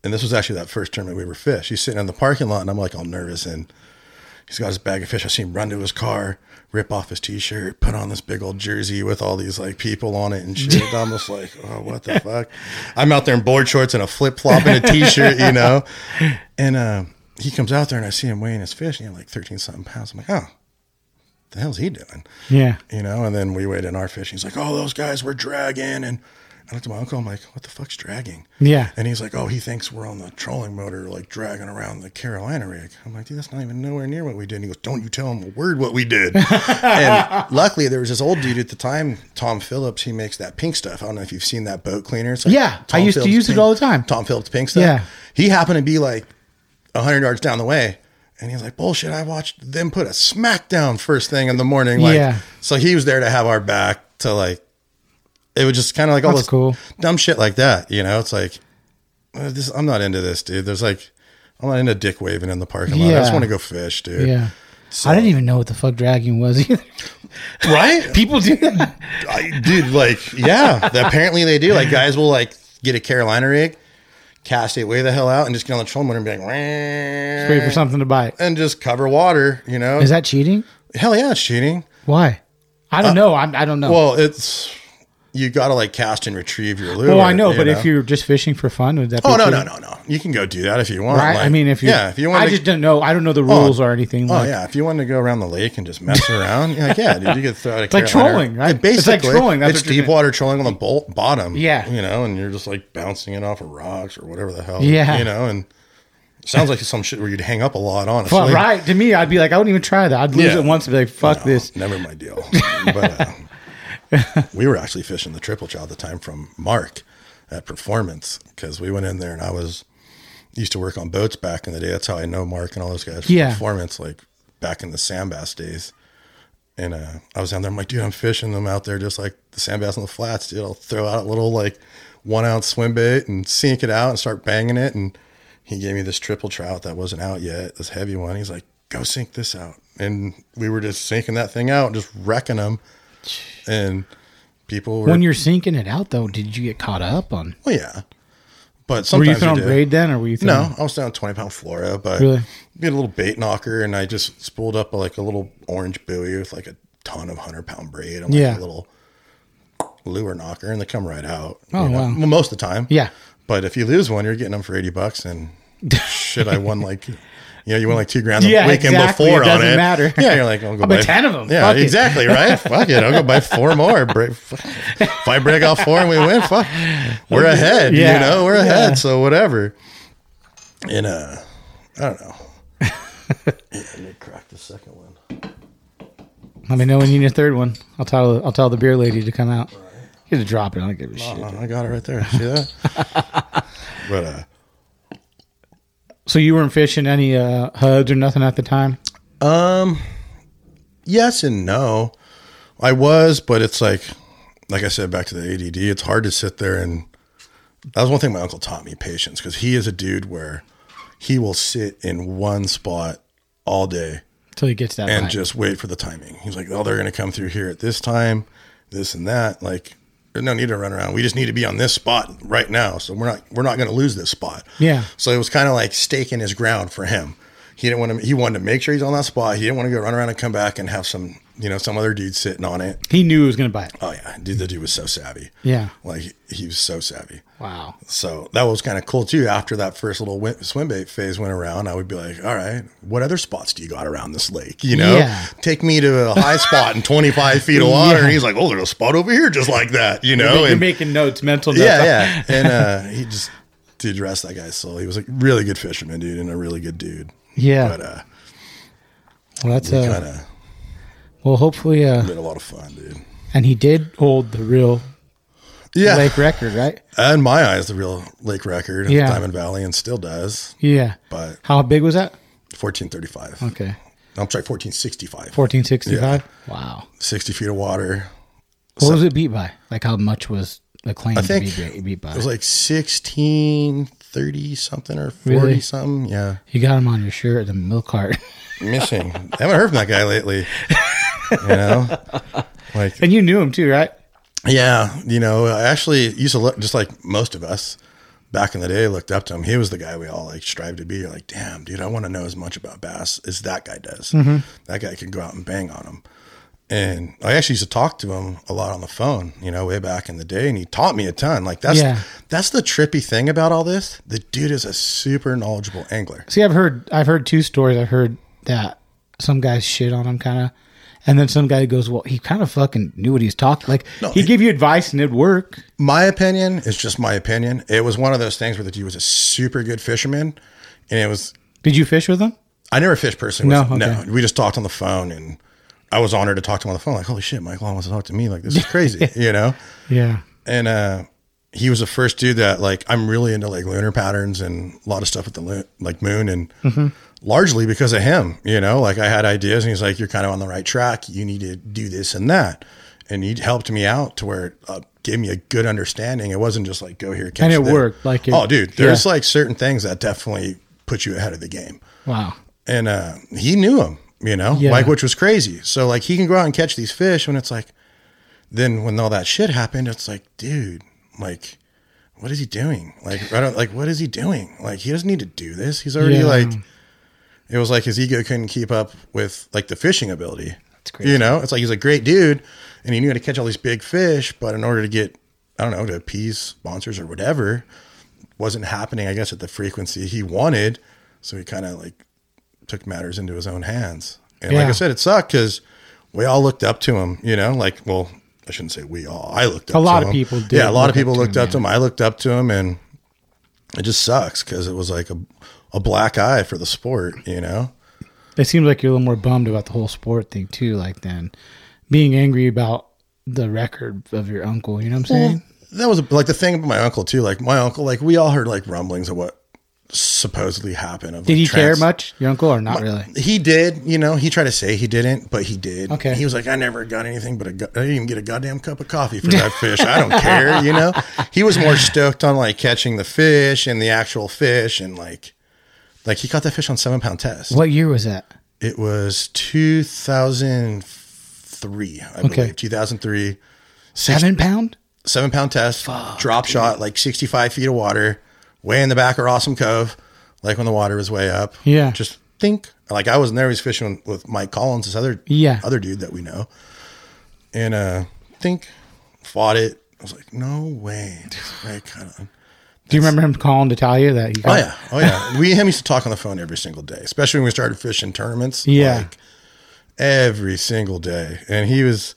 [SPEAKER 3] and this was actually that first tournament we were fish. He's sitting in the parking lot, and I'm like all nervous, and he's got his bag of fish. I see him run to his car, rip off his t-shirt, put on this big old jersey with all these like people on it and shit. I'm just like, oh, what the fuck? I'm out there in board shorts and a flip flop and a t-shirt, you know. And uh, he comes out there, and I see him weighing his fish, and he had like 13 something pounds. I'm like, oh. The hell's he doing?
[SPEAKER 1] Yeah.
[SPEAKER 3] you know. And then we weighed in our fish. He's like, "Oh, those guys were dragging." And I looked at my uncle. I'm like, "What the fuck's dragging?"
[SPEAKER 1] Yeah.
[SPEAKER 3] And he's like, "Oh, he thinks we're on the trolling motor, like dragging around the Carolina rig." I'm like, "Dude, that's not even nowhere near what we did." And he goes, "Don't you tell him a word what we did." and luckily, there was this old dude at the time, Tom Phillips. He makes that pink stuff. I don't know if you've seen that boat cleaner. It's like
[SPEAKER 1] Yeah, I used to
[SPEAKER 3] Phillips
[SPEAKER 1] use it
[SPEAKER 3] pink-
[SPEAKER 1] all the time.
[SPEAKER 3] Tom Phillips pink stuff.
[SPEAKER 1] Yeah.
[SPEAKER 3] He happened to be like 100 yards down the way. And he's like, bullshit, I watched them put a smackdown first thing in the morning. Like,
[SPEAKER 1] Yeah.
[SPEAKER 3] So he was there to have our back to like, it was just kind of like all
[SPEAKER 1] That's
[SPEAKER 3] this
[SPEAKER 1] cool.
[SPEAKER 3] dumb shit like that. You know, it's like, uh, this, I'm not into this, dude. There's like, I'm not into dick waving in the parking lot. I
[SPEAKER 1] Yeah.
[SPEAKER 3] just want to go fish, dude.
[SPEAKER 1] Yeah. I didn't even know what the fuck dragging was either.
[SPEAKER 3] Right?
[SPEAKER 1] People do that.
[SPEAKER 3] I, dude, like, yeah, apparently they do. Like, guys will like get a Carolina rig, cast it way the hell out, and just get on the troll motor and be like,
[SPEAKER 1] Wait for something to bite.
[SPEAKER 3] and just cover water, you know?
[SPEAKER 1] Is that cheating?
[SPEAKER 3] Hell yeah, it's cheating.
[SPEAKER 1] Why? I don't know. I'm, I don't know.
[SPEAKER 3] Uh, Well, it's you got to like cast and retrieve your lure.
[SPEAKER 1] Well, I know,
[SPEAKER 3] you
[SPEAKER 1] but if you're just fishing for fun, would that?
[SPEAKER 3] oh
[SPEAKER 1] be
[SPEAKER 3] no
[SPEAKER 1] cheating?
[SPEAKER 3] no no no, you can go do that if you want.
[SPEAKER 1] Right? I
[SPEAKER 3] like-
[SPEAKER 1] mean, if you,
[SPEAKER 3] yeah, if you want,
[SPEAKER 1] I
[SPEAKER 3] to,
[SPEAKER 1] just don't know. I don't know the rules or anything.
[SPEAKER 3] oh
[SPEAKER 1] like,
[SPEAKER 3] yeah, if you wanted to go around the lake and just mess around, you're like yeah, dude, you could throw out a
[SPEAKER 1] like
[SPEAKER 3] Carolina-
[SPEAKER 1] trolling, right?
[SPEAKER 3] Yeah,
[SPEAKER 1] It's
[SPEAKER 3] basically,
[SPEAKER 1] like trolling, that's
[SPEAKER 3] it's
[SPEAKER 1] what you're
[SPEAKER 3] deep water trolling on the bol- bottom.
[SPEAKER 1] Yeah.
[SPEAKER 3] you know, and you're just like bouncing it off of rocks or whatever the hell.
[SPEAKER 1] Yeah.
[SPEAKER 3] you know, and it sounds like some shit where you'd hang up a lot. Honestly,
[SPEAKER 1] Well, right to me, I'd be like, I wouldn't even try that. I'd lose
[SPEAKER 3] Yeah.
[SPEAKER 1] it once and be like, fuck
[SPEAKER 3] No,
[SPEAKER 1] this.
[SPEAKER 3] Never my deal. but uh, we were actually fishing the triple chow at the time from Mark at Performance because we went in there and I was used to work on boats back in the day. That's how I know Mark and all those guys from
[SPEAKER 1] Yeah.
[SPEAKER 3] Performance, like back in the sand bass days. And uh, I was down there. I'm like, dude, I'm fishing them out there just like the sand bass on the flats, dude. I'll throw out a little like one ounce swim bait and sink it out and start banging it. And he gave me this triple trout that wasn't out yet, this heavy one. He's like, go sink this out. And we were just sinking that thing out, just wrecking them. And people were,
[SPEAKER 1] When you're sinking it out, though, did you get caught up on?
[SPEAKER 3] well, yeah. But
[SPEAKER 1] Were
[SPEAKER 3] sometimes
[SPEAKER 1] you throwing
[SPEAKER 3] do.
[SPEAKER 1] braid then, or were you throwing?
[SPEAKER 3] No, I was down 20 pound Florida, but
[SPEAKER 1] Really?
[SPEAKER 3] we had a little bait knocker and I just spooled up like a little orange buoy with like a ton of 100 pound braid and like
[SPEAKER 1] Yeah.
[SPEAKER 3] a little lure knocker and they come right out.
[SPEAKER 1] Oh, wow.
[SPEAKER 3] Well, most of the time.
[SPEAKER 1] Yeah.
[SPEAKER 3] But if you lose one, you're getting them for 80 bucks and shit, I won like. You know, you won like two grand the
[SPEAKER 1] Yeah,
[SPEAKER 3] weekend
[SPEAKER 1] exactly.
[SPEAKER 3] before
[SPEAKER 1] It
[SPEAKER 3] on
[SPEAKER 1] doesn't
[SPEAKER 3] it.
[SPEAKER 1] matter.
[SPEAKER 3] Yeah, you're like, I'll go
[SPEAKER 1] I'll buy 10 of 'em.
[SPEAKER 3] Yeah,
[SPEAKER 1] Fuck it.
[SPEAKER 3] exactly, right? fuck it. I'll go buy four more. Break, if I break off four and we win, fuck. We're ahead.
[SPEAKER 1] Yeah.
[SPEAKER 3] You know, we're
[SPEAKER 1] Yeah.
[SPEAKER 3] ahead. So whatever. And uh, I don't know. yeah, I did crack the second one.
[SPEAKER 1] Let me know when you need a third one. I'll tell I'll tell the beer lady to come out. You just drop it. I don't give a shit.
[SPEAKER 3] Oh, I got it right there. See that? but uh,
[SPEAKER 1] So you weren't fishing any uh, hubs or nothing at the time.
[SPEAKER 3] yes and no. I was, but it's like, like I said, back to the ADD. It's hard to sit there and that was one thing my uncle taught me patience because he is a dude where he will sit in one spot all day
[SPEAKER 1] Until you get to that.
[SPEAKER 3] and
[SPEAKER 1] line.
[SPEAKER 3] just wait for the timing. He's like, oh, they're going to come through here at this time, this and that. Like, there's no need to run around. We just need to be on this spot right now. So we're not we're not going to lose this spot.
[SPEAKER 1] Yeah.
[SPEAKER 3] So it was kind of like staking his ground for him. He didn't want to. He wanted to make sure he's on that spot. He didn't want to go run around and come back and have some you know some other dude sitting on it.
[SPEAKER 1] he knew he was gonna bite.
[SPEAKER 3] Oh yeah, dude, the dude was so savvy.
[SPEAKER 1] Yeah.
[SPEAKER 3] Like he was so savvy.
[SPEAKER 1] Wow.
[SPEAKER 3] So that was kind of cool too. After that first little win- swim bait phase went around, I would be like, "All right, what other spots do you got around this lake? You know,
[SPEAKER 1] Yeah.
[SPEAKER 3] take me to a high spot in 25 feet of water." And he's like, "Oh, there's a spot over here just like that." You know,
[SPEAKER 1] You're
[SPEAKER 3] oh, and
[SPEAKER 1] making notes, mental notes.
[SPEAKER 3] yeah, yeah. And uh, he just did rest that guy's soul. He was like really good fisherman, dude, and a really good dude.
[SPEAKER 1] Yeah.
[SPEAKER 3] But uh,
[SPEAKER 1] Well, that's
[SPEAKER 3] we
[SPEAKER 1] uh,
[SPEAKER 3] kind of
[SPEAKER 1] well. Hopefully, uh,
[SPEAKER 3] had a lot of fun, dude.
[SPEAKER 1] and he did hold the real
[SPEAKER 3] Yeah,
[SPEAKER 1] lake record, right?
[SPEAKER 3] in my eyes, the real lake record,
[SPEAKER 1] Yeah.
[SPEAKER 3] yeah. Diamond Valley, and still does.
[SPEAKER 1] Yeah.
[SPEAKER 3] But
[SPEAKER 1] How big was that?
[SPEAKER 3] 1435.
[SPEAKER 1] Okay.
[SPEAKER 3] I'm sorry, 1465.
[SPEAKER 1] 1465. Wow.
[SPEAKER 3] 60 feet of water.
[SPEAKER 1] What was it beat by? Like how much was the claim
[SPEAKER 3] I
[SPEAKER 1] to
[SPEAKER 3] think
[SPEAKER 1] be beat, beat by?
[SPEAKER 3] it was like 16, 30 something or 40
[SPEAKER 1] Really?
[SPEAKER 3] something. Yeah.
[SPEAKER 1] you got him on your shirt at the milk cart,
[SPEAKER 3] Missing. I haven't heard from that guy lately. You know? Like,
[SPEAKER 1] and you knew him too, right?
[SPEAKER 3] Yeah, you know, I actually used to look just like most of us back in the day looked up to him. He was the guy we all like strived to be. You're like, damn, dude, I want to know as much about bass as that guy does.
[SPEAKER 1] Mm-hmm.
[SPEAKER 3] That guy can go out and bang on him. And I actually used to talk to him a lot on the phone, you know, way back in the day, and he taught me a ton. Like that's
[SPEAKER 1] Yeah.
[SPEAKER 3] that's the trippy thing about all this. The dude is a super knowledgeable angler.
[SPEAKER 1] See, I've heard I've heard two stories. I've heard that some guys shit on him kind of, and then some guy goes, "Well, he kind of fucking knew what he's talking. Like
[SPEAKER 3] No,
[SPEAKER 1] he
[SPEAKER 3] he-
[SPEAKER 1] gave you advice and it'd work."
[SPEAKER 3] My opinion is just my opinion. It was one of those things where the dude was a super good fisherman, and it was
[SPEAKER 1] Did you fish with him?
[SPEAKER 3] I never fished personally.
[SPEAKER 1] No,
[SPEAKER 3] with him.
[SPEAKER 1] okay.
[SPEAKER 3] no. We just talked on the phone, and I was honored to talk to him on the phone. Like, holy shit, Michael wants to talk to me. Like, this is crazy, you know.
[SPEAKER 1] Yeah.
[SPEAKER 3] And uh, he was the first dude that like I'm really into like lunar patterns and a lot of stuff with the lu- like moon, and
[SPEAKER 1] Mm-hmm.
[SPEAKER 3] largely because of him, you know. Like, I had ideas, and he's like, "You're kind of on the right track. You need to do this and that," and he helped me out to where. Uh, Gave me a good understanding. It wasn't just like go here, catch
[SPEAKER 1] And it
[SPEAKER 3] there.
[SPEAKER 1] worked, like it-
[SPEAKER 3] oh, dude, there's
[SPEAKER 1] yeah.
[SPEAKER 3] like certain things that definitely put you ahead of the game
[SPEAKER 1] Wow.
[SPEAKER 3] and uh, he knew him, you know,
[SPEAKER 1] Yeah.
[SPEAKER 3] like which was crazy. So like he can go out and catch these fish when it's like, then when all that shit happened, it's like, dude, like, what is he doing? Like, I don't like what is he doing? Like he doesn't need to do this. He's already
[SPEAKER 1] Yeah.
[SPEAKER 3] like, it was like his ego couldn't keep up with like the fishing ability. That's
[SPEAKER 1] crazy.
[SPEAKER 3] You know, it's like he's a great dude, and he knew how to catch all these big fish, but in order to get, I don't know, to appease sponsors or whatever, wasn't happening. I guess at the frequency he wanted, so he kind of like took matters into his own hands. And like
[SPEAKER 1] Yeah.
[SPEAKER 3] I said, it sucked because we all looked up to him. You know, like well, I shouldn't say we all. I looked up.
[SPEAKER 1] A lot
[SPEAKER 3] to
[SPEAKER 1] of
[SPEAKER 3] him.
[SPEAKER 1] people did
[SPEAKER 3] Yeah, a lot of
[SPEAKER 1] look up
[SPEAKER 3] people
[SPEAKER 1] to
[SPEAKER 3] looked
[SPEAKER 1] him,
[SPEAKER 3] up to him. I looked up to him, and it just sucks because it was like a a black eye for the sport. You know.
[SPEAKER 1] It seems like you're a little more bummed about the whole sport thing too. Like then being angry about the record of your uncle. You know what I'm saying?
[SPEAKER 3] that was like the thing about my uncle too. Like my uncle, like we all heard like rumblings of what supposedly happened. Of
[SPEAKER 1] Did
[SPEAKER 3] like,
[SPEAKER 1] he care
[SPEAKER 3] trans-
[SPEAKER 1] much, your uncle, or not really?
[SPEAKER 3] He did, you know. He tried to say he didn't, but he did.
[SPEAKER 1] Okay.
[SPEAKER 3] He was like, I never got anything but a. go- I didn't even get a goddamn cup of coffee for that fish. I don't care, you know. He was more stoked on like catching the fish and the actual fish and like, like he caught that fish on seven pound test.
[SPEAKER 1] What year was that?
[SPEAKER 3] It was two thousand three, I believe. Two thousand three,
[SPEAKER 1] Seven pound?
[SPEAKER 3] seven pound test, drop shot, like 65 feet of water, way in the back of Awesome Cove, like when the water was way up.
[SPEAKER 1] Yeah.
[SPEAKER 3] Just think. Like I was in there, he was fishing with, with Mike Collins, this other
[SPEAKER 1] Yeah.
[SPEAKER 3] other dude that we know. And uh think fought it. I was like, no way. Like, kind of.
[SPEAKER 1] Do you remember him calling to tell you that? You
[SPEAKER 3] Oh
[SPEAKER 1] got-
[SPEAKER 3] yeah, oh yeah. we and him used to talk on the phone every single day, especially when we started fishing tournaments.
[SPEAKER 1] Yeah.
[SPEAKER 3] like, every single day. And he was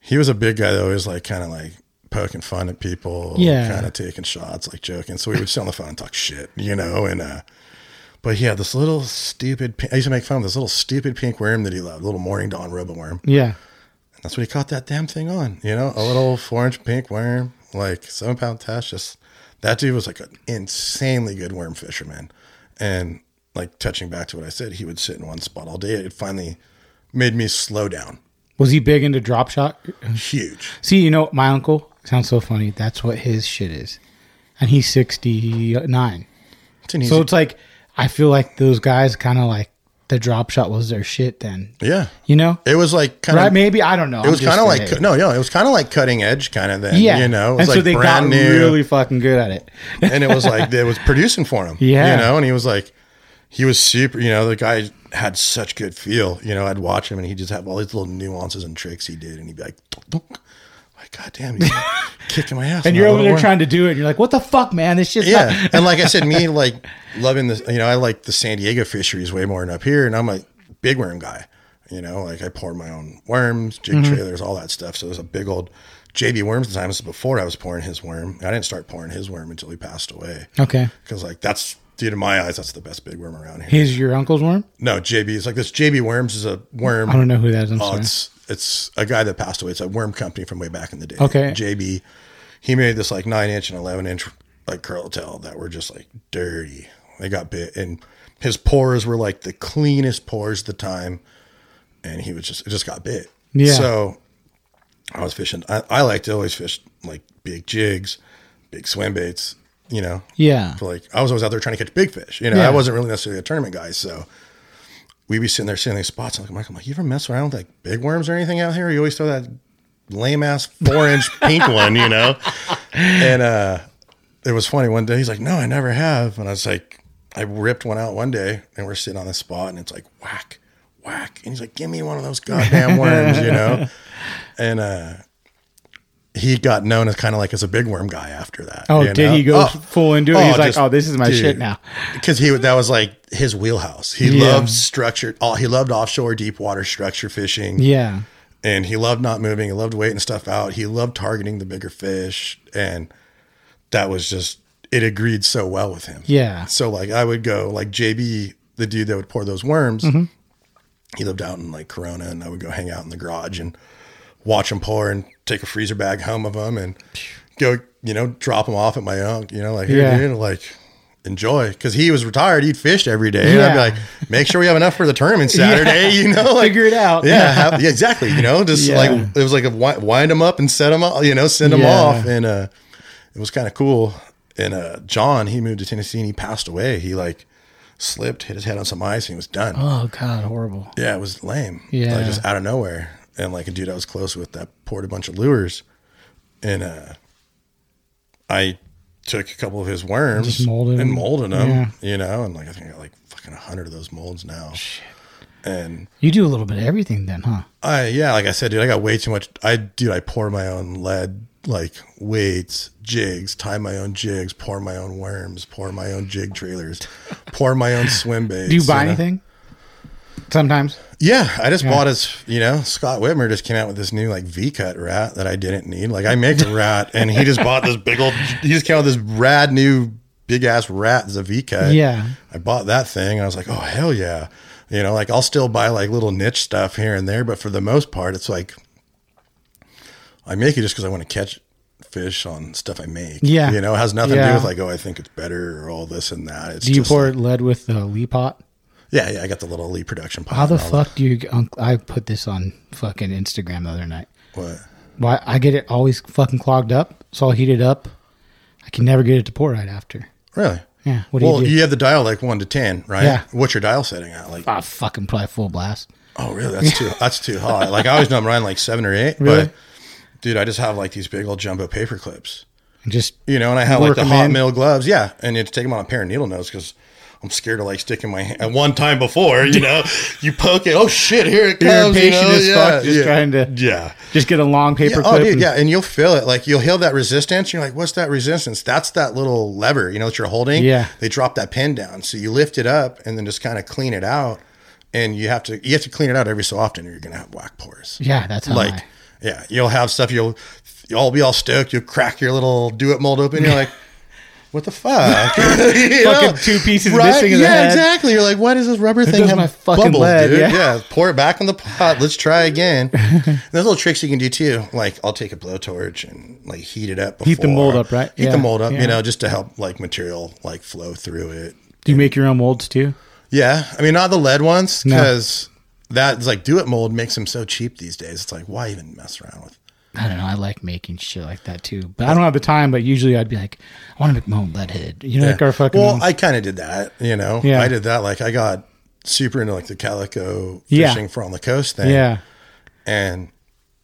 [SPEAKER 3] he was a big guy that always like kind of like poking fun at people,
[SPEAKER 1] Yeah.
[SPEAKER 3] kind of taking shots, like joking. So we would sit on the phone and talk shit, you know. And uh, but he had this little stupid. pi- I used to make fun of this little stupid pink worm that he loved, little morning dawn robo worm.
[SPEAKER 1] Yeah.
[SPEAKER 3] That's what he caught that damn thing on. You know, a little four inch pink worm, like seven pound test. Just that dude was like an insanely good worm fisherman. And like touching back to what I said, he would sit in one spot all day. It finally made me slow down.
[SPEAKER 1] Was he big into drop shot?
[SPEAKER 3] Huge.
[SPEAKER 1] See, you know, my uncle sounds so funny. That's what his shit is. And he's 69.
[SPEAKER 3] It's an easy.
[SPEAKER 1] So it's like, I feel like those guys kind of like the drop shot was their shit then.
[SPEAKER 3] yeah.
[SPEAKER 1] You know?
[SPEAKER 3] It was like kind
[SPEAKER 1] right?
[SPEAKER 3] of.
[SPEAKER 1] Maybe. I don't know.
[SPEAKER 3] It was kind of like no, yeah. It was kind of like cutting edge, kind of then.
[SPEAKER 1] Yeah.
[SPEAKER 3] you know, it was
[SPEAKER 1] and
[SPEAKER 3] like
[SPEAKER 1] so they got
[SPEAKER 3] brand new.
[SPEAKER 1] really fucking good at it.
[SPEAKER 3] and it was like it was producing for him.
[SPEAKER 1] Yeah.
[SPEAKER 3] you know, and he was like, he was super. You know, the guy had such good feel. You know, I'd watch him, and he just have all these little nuances and tricks he did, and he'd be like, "Dunk, dunk." like God damn, he's kicking my ass.
[SPEAKER 1] And you're over there trying to do it. And you're like, what the fuck, man? This shit's not.
[SPEAKER 3] Yeah, and like I said, me like loving this. You know, I like the San Diego fisheries way more than up here, and I'm a big worm guy. You know, like I poured my own worms, jig
[SPEAKER 1] Mm-hmm.
[SPEAKER 3] trailers, all that stuff. So there's a big old JV worms. At the time this is before I was pouring his worm. I didn't start pouring his worm until he passed away.
[SPEAKER 1] Okay.
[SPEAKER 3] Because like that's dude in my eyes, that's the best big worm around here.
[SPEAKER 1] He's your uncle's worm?
[SPEAKER 3] No, JB is like this. JB Worms is a worm.
[SPEAKER 1] I don't know who that is. I'm
[SPEAKER 3] Oh,
[SPEAKER 1] sorry.
[SPEAKER 3] it's it's a guy that passed away. It's a worm company from way back in the day.
[SPEAKER 1] Okay.
[SPEAKER 3] JB, he made this like nine inch and eleven inch like curl tail that were just like dirty. They got bit, and his pores were like the cleanest pores at the time, and he was just it just got bit.
[SPEAKER 1] Yeah.
[SPEAKER 3] So I was fishing. I, I like to always fish like big jigs, big swim baits. You know,
[SPEAKER 1] Yeah.
[SPEAKER 3] for, like I was always out there trying to catch big fish. You know,
[SPEAKER 1] Yeah.
[SPEAKER 3] I wasn't really necessarily a tournament guy, so we'd be sitting there sitting in these spots. I'm like, Michael, I'm like, you ever mess around with like big worms or anything out here? You always throw that lame ass four inch pink one, you know? And uh, it was funny. One day he's like, no, I never have. And I was like, I ripped one out one day and we're sitting on the spot and it's like whack, whack. And he's like, give me one of those goddamn worms, you know? And uh, he got known as kind of like as a big worm guy after that.
[SPEAKER 1] Oh,
[SPEAKER 3] you
[SPEAKER 1] did
[SPEAKER 3] know?
[SPEAKER 1] he go
[SPEAKER 3] Oh,
[SPEAKER 1] full into it? He's like,
[SPEAKER 3] just-
[SPEAKER 1] oh, this is my
[SPEAKER 3] dude,
[SPEAKER 1] shit now.
[SPEAKER 3] because he that was like his wheelhouse. He
[SPEAKER 1] Yeah.
[SPEAKER 3] loved structured. All he loved offshore deep water structure fishing,
[SPEAKER 1] Yeah.
[SPEAKER 3] and he loved not moving. He loved waiting stuff out. He loved targeting the bigger fish, and that was just it agreed so well with him.
[SPEAKER 1] Yeah.
[SPEAKER 3] So like I would go like JB, the dude that would pour those worms.
[SPEAKER 1] Mm-hmm.
[SPEAKER 3] He lived out in like Corona, and I would go hang out in the garage and watch him pour and take a freezer bag home of them and go, you know, drop them off at my own, you know, like here,
[SPEAKER 1] Yeah.
[SPEAKER 3] dude, like enjoy because he was retired. He'd fished every day, and I'd be
[SPEAKER 1] Yeah.
[SPEAKER 3] like, make sure we have enough for the tournament Saturday, you know, like
[SPEAKER 1] Figure it out.
[SPEAKER 3] Yeah, have- yeah, exactly. You know, just
[SPEAKER 1] Yeah.
[SPEAKER 3] like it was like a wi- wind them up and set them up, you know, send them
[SPEAKER 1] Yeah.
[SPEAKER 3] off, and uh, it was kind of cool. And uh, John, he moved to Tennessee and he passed away. He like slipped, hit his head on some ice, and he was done.
[SPEAKER 1] Oh God, horrible.
[SPEAKER 3] Yeah, it was lame.
[SPEAKER 1] Yeah.
[SPEAKER 3] Like just out of nowhere. And like a dude I was close with that poured a bunch of lures. And uh I took a couple of his worms
[SPEAKER 1] Just molded
[SPEAKER 3] and
[SPEAKER 1] them.
[SPEAKER 3] molded them,
[SPEAKER 1] Yeah.
[SPEAKER 3] you know, and like I think I got like fucking a hundred of those molds now. And
[SPEAKER 1] You do a little bit of everything then, huh?
[SPEAKER 3] I yeah, like I said, dude, I got way too much I dude, I pour my own lead like weights, jigs, tie my own jigs, pour my own worms, pour my own jig trailers, pour my own swim baits.
[SPEAKER 1] Do you buy
[SPEAKER 3] know?
[SPEAKER 1] anything? Sometimes.
[SPEAKER 3] Yeah, I just bought his. You know, Scott Whitmer just came out with this new like V cut rat that I didn't need. Like I make a rat, and he just bought this big old. He just came out with this rad new big ass rat as a V cut.
[SPEAKER 1] Yeah.
[SPEAKER 3] I bought that thing. I was like, oh hell yeah, you know, like I'll still buy like little niche stuff here and there, but for the most part, it's like I make it just because I want to catch fish on stuff I make.
[SPEAKER 1] Yeah.
[SPEAKER 3] you know, it has nothing to
[SPEAKER 1] Yeah.
[SPEAKER 3] do with like oh I think it's better or all this and that. It's
[SPEAKER 1] Do you
[SPEAKER 3] just
[SPEAKER 1] pour
[SPEAKER 3] like-
[SPEAKER 1] lead with the Lee pot?
[SPEAKER 3] yeah, yeah. I got the little Lee production. pot
[SPEAKER 1] How the
[SPEAKER 3] and all that.
[SPEAKER 1] fuck do you? um, I put this on fucking Instagram the other night.
[SPEAKER 3] What?
[SPEAKER 1] Why I get it always fucking clogged up. It's all heated up. I can never get it to pour right after.
[SPEAKER 3] Really?
[SPEAKER 1] Yeah. What do
[SPEAKER 3] well,
[SPEAKER 1] you do?
[SPEAKER 3] you, have the dial like one to ten, right?
[SPEAKER 1] Yeah.
[SPEAKER 3] What's your dial setting at? Like,
[SPEAKER 1] Ah, fucking probably full blast.
[SPEAKER 3] oh, really? That's too. That's too high. Like I always know I'm running like seven or eight.
[SPEAKER 1] Really?
[SPEAKER 3] But dude, I just have like these big old jumbo paper clips,
[SPEAKER 1] And just
[SPEAKER 3] you know, and I have like
[SPEAKER 1] Work
[SPEAKER 3] the
[SPEAKER 1] 'em
[SPEAKER 3] hot
[SPEAKER 1] in.
[SPEAKER 3] metal gloves. Yeah, and you have to take them on a pair of needle nose because. I'm scared of like sticking my hand. At one time before, you know, you poke it. Oh shit! Here it
[SPEAKER 1] You're
[SPEAKER 3] comes. you
[SPEAKER 1] impatient
[SPEAKER 3] know?
[SPEAKER 1] as fuck, just
[SPEAKER 3] yeah.
[SPEAKER 1] trying to-
[SPEAKER 3] Yeah.
[SPEAKER 1] just get a long paper
[SPEAKER 3] Yeah,
[SPEAKER 1] clip.
[SPEAKER 3] oh, dude,
[SPEAKER 1] and-
[SPEAKER 3] yeah, and you'll feel it. Like you'll feel that resistance. You're like, what's that resistance? That's that little lever, you know, that you're holding.
[SPEAKER 1] Yeah.
[SPEAKER 3] They drop that pin down, so you lift it up and then just kind of clean it out. And you have to you have to clean it out every so often, or you're gonna have whack pores.
[SPEAKER 1] Yeah, that's how
[SPEAKER 3] Like,
[SPEAKER 1] I-
[SPEAKER 3] yeah, you'll have stuff. You'll you'll all be all stoked. You'll crack your little do it mold open. You're like. What the fuck? You
[SPEAKER 1] Fucking two pieces missing in the
[SPEAKER 3] yeah,
[SPEAKER 1] head.
[SPEAKER 3] exactly. You're like, why does this rubber thing
[SPEAKER 1] goes
[SPEAKER 3] have
[SPEAKER 1] my fucking
[SPEAKER 3] bubbles,
[SPEAKER 1] lead,
[SPEAKER 3] dude?
[SPEAKER 1] yeah.
[SPEAKER 3] yeah, pour it back on the pot. Let's try again. And there's little tricks you can do too. Like I'll take a blowtorch and like heat it up. Before.
[SPEAKER 1] Heat the mold up, right?
[SPEAKER 3] Heat
[SPEAKER 1] Yeah,
[SPEAKER 3] the mold up,
[SPEAKER 1] yeah.
[SPEAKER 3] you know, just to help like material like flow through it.
[SPEAKER 1] Do you make your own molds too?
[SPEAKER 3] Yeah, I mean not the lead ones
[SPEAKER 1] No.
[SPEAKER 3] because that's like do it mold makes them so cheap these days. It's like why even mess around with?
[SPEAKER 1] I don't know. I like making shit like that too, but I don't have the time. But usually, I'd be like, I want to make my own lead head. You know, like our fucking.
[SPEAKER 3] well,
[SPEAKER 1] own-
[SPEAKER 3] I kind of did that. You know,
[SPEAKER 1] Yeah.
[SPEAKER 3] I did that. Like I got super into like the calico
[SPEAKER 1] Yeah.
[SPEAKER 3] fishing for on the coast thing.
[SPEAKER 1] yeah,
[SPEAKER 3] And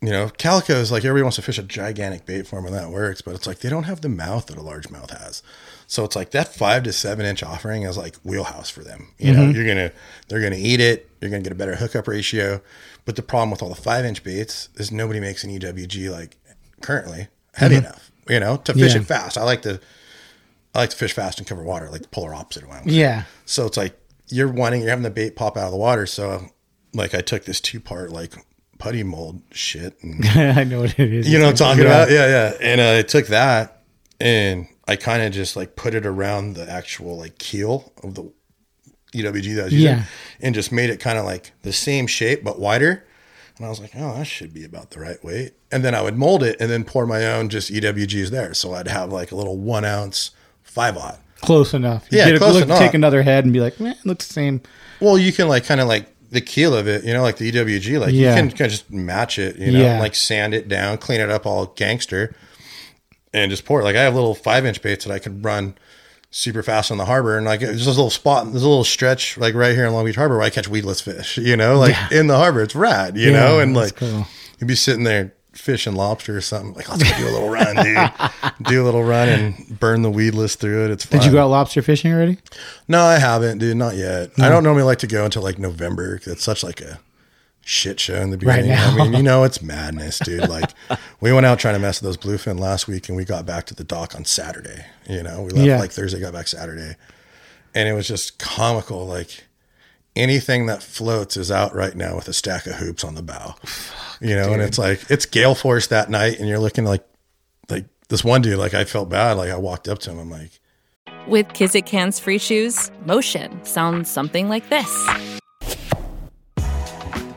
[SPEAKER 3] you know, calicos like everybody wants to fish a gigantic bait form and that works, but it's like they don't have the mouth that a largemouth has. So it's like that five to seven inch offering is like wheelhouse for them. You know, you're gonna they're gonna eat it. You're gonna get a better hookup ratio. But the problem with all the five inch baits is nobody makes an EWG like currently heavy enough. You know, to fish
[SPEAKER 1] Yeah.
[SPEAKER 3] it fast. I like to I like to fish fast and cover water, like the polar opposite of what I'm
[SPEAKER 1] yeah.
[SPEAKER 3] so it's like you're wanting, you're having the bait pop out of the water. So, like, I took this two part, like, putty mold shit. And,
[SPEAKER 1] I know what it is.
[SPEAKER 3] you know what I'm
[SPEAKER 1] It's like,
[SPEAKER 3] talking
[SPEAKER 1] yeah.
[SPEAKER 3] about? Yeah, yeah. And uh, I took that and I kind of just like put it around the actual like keel of the EWG that I was using
[SPEAKER 1] Yeah.
[SPEAKER 3] and just made it kind of like the same shape but wider. And I was like, oh, that should be about the right weight. And then I would mold it and then pour my own just EWGs there. So I'd have like a little one ounce five aught.
[SPEAKER 1] Close enough. You
[SPEAKER 3] Yeah,
[SPEAKER 1] get a-
[SPEAKER 3] close
[SPEAKER 1] look-
[SPEAKER 3] enough.
[SPEAKER 1] Take another head and be like, man, it looks the same.
[SPEAKER 3] Well, you can like kind of like the keel of it, you know, like the EWG, like
[SPEAKER 1] Yeah.
[SPEAKER 3] you can kind of just match it, you know,
[SPEAKER 1] Yeah.
[SPEAKER 3] like sand it down, clean it up all gangster, and just pour it. Like I have little five inch baits that I could run super fast on the harbor, and like there's this little spot, there's a little stretch like right here in Long Beach Harbor where I catch weedless fish, you know, like in the harbor, it's rad, you know, and
[SPEAKER 1] that's
[SPEAKER 3] like
[SPEAKER 1] cool.
[SPEAKER 3] you'd be sitting there fish and lobster or something. Like, let's go do a little run, dude. do a little run and burn the weed list through it. It's fun.
[SPEAKER 1] Did you go out lobster fishing already?
[SPEAKER 3] No, I haven't, dude. Not yet. I don't normally like to go until like November 'cause it's such like a shit show in the beginning.
[SPEAKER 1] now.
[SPEAKER 3] I mean, you know, it's madness, dude. Like, we went out trying to mess with those bluefin last week and we got back to the dock on Saturday. You know, we left
[SPEAKER 1] Yeah.
[SPEAKER 3] like Thursday, got back Saturday. And it was just comical. Like, anything that floats is out right now with a stack of hoops on the bow. You know, and it's like, it's gale force that night and you're looking like, like, this one dude, like I felt bad. Like I walked up to him. I'm like,
[SPEAKER 4] With Kizik Hands Free Shoes, motion sounds something like this.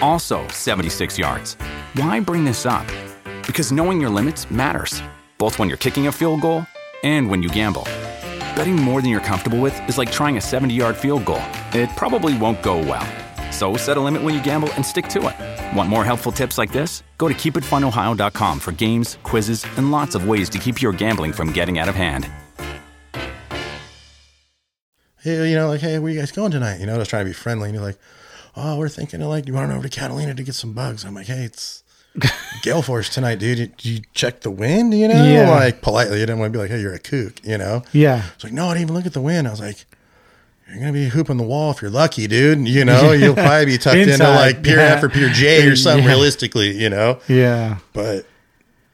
[SPEAKER 5] Also 76 yards. Why bring this up? Because knowing your limits matters, both when you're kicking a field goal and when you gamble. Betting more than you're comfortable with is like trying a 70 yard field goal, it probably won't go well. So set a limit when you gamble and stick to it. Want more helpful tips like this? Go to keepitfunohio.com for games, quizzes, and lots of ways to keep your gambling from getting out of hand.
[SPEAKER 3] hey, you know, like, hey, where you guys going tonight? You know, I was trying to be friendly. And you're like, oh, we're thinking of like, you want to run over to Catalina to get some bugs? I'm like, hey, it's gale force tonight, dude. Did you check the wind? You know,
[SPEAKER 1] Yeah.
[SPEAKER 3] like politely. I didn't want to be like, hey, you're a kook, you know?
[SPEAKER 1] Yeah.
[SPEAKER 3] It's like, no, I didn't even look at the wind. I was like, you're gonna be hooping the wall if you're lucky, dude. You know, you'll probably be tucked into
[SPEAKER 1] Inside,
[SPEAKER 3] like pier
[SPEAKER 1] yeah.
[SPEAKER 3] F or pier J or something.
[SPEAKER 1] Yeah.
[SPEAKER 3] Realistically, you know,
[SPEAKER 1] Yeah.
[SPEAKER 3] but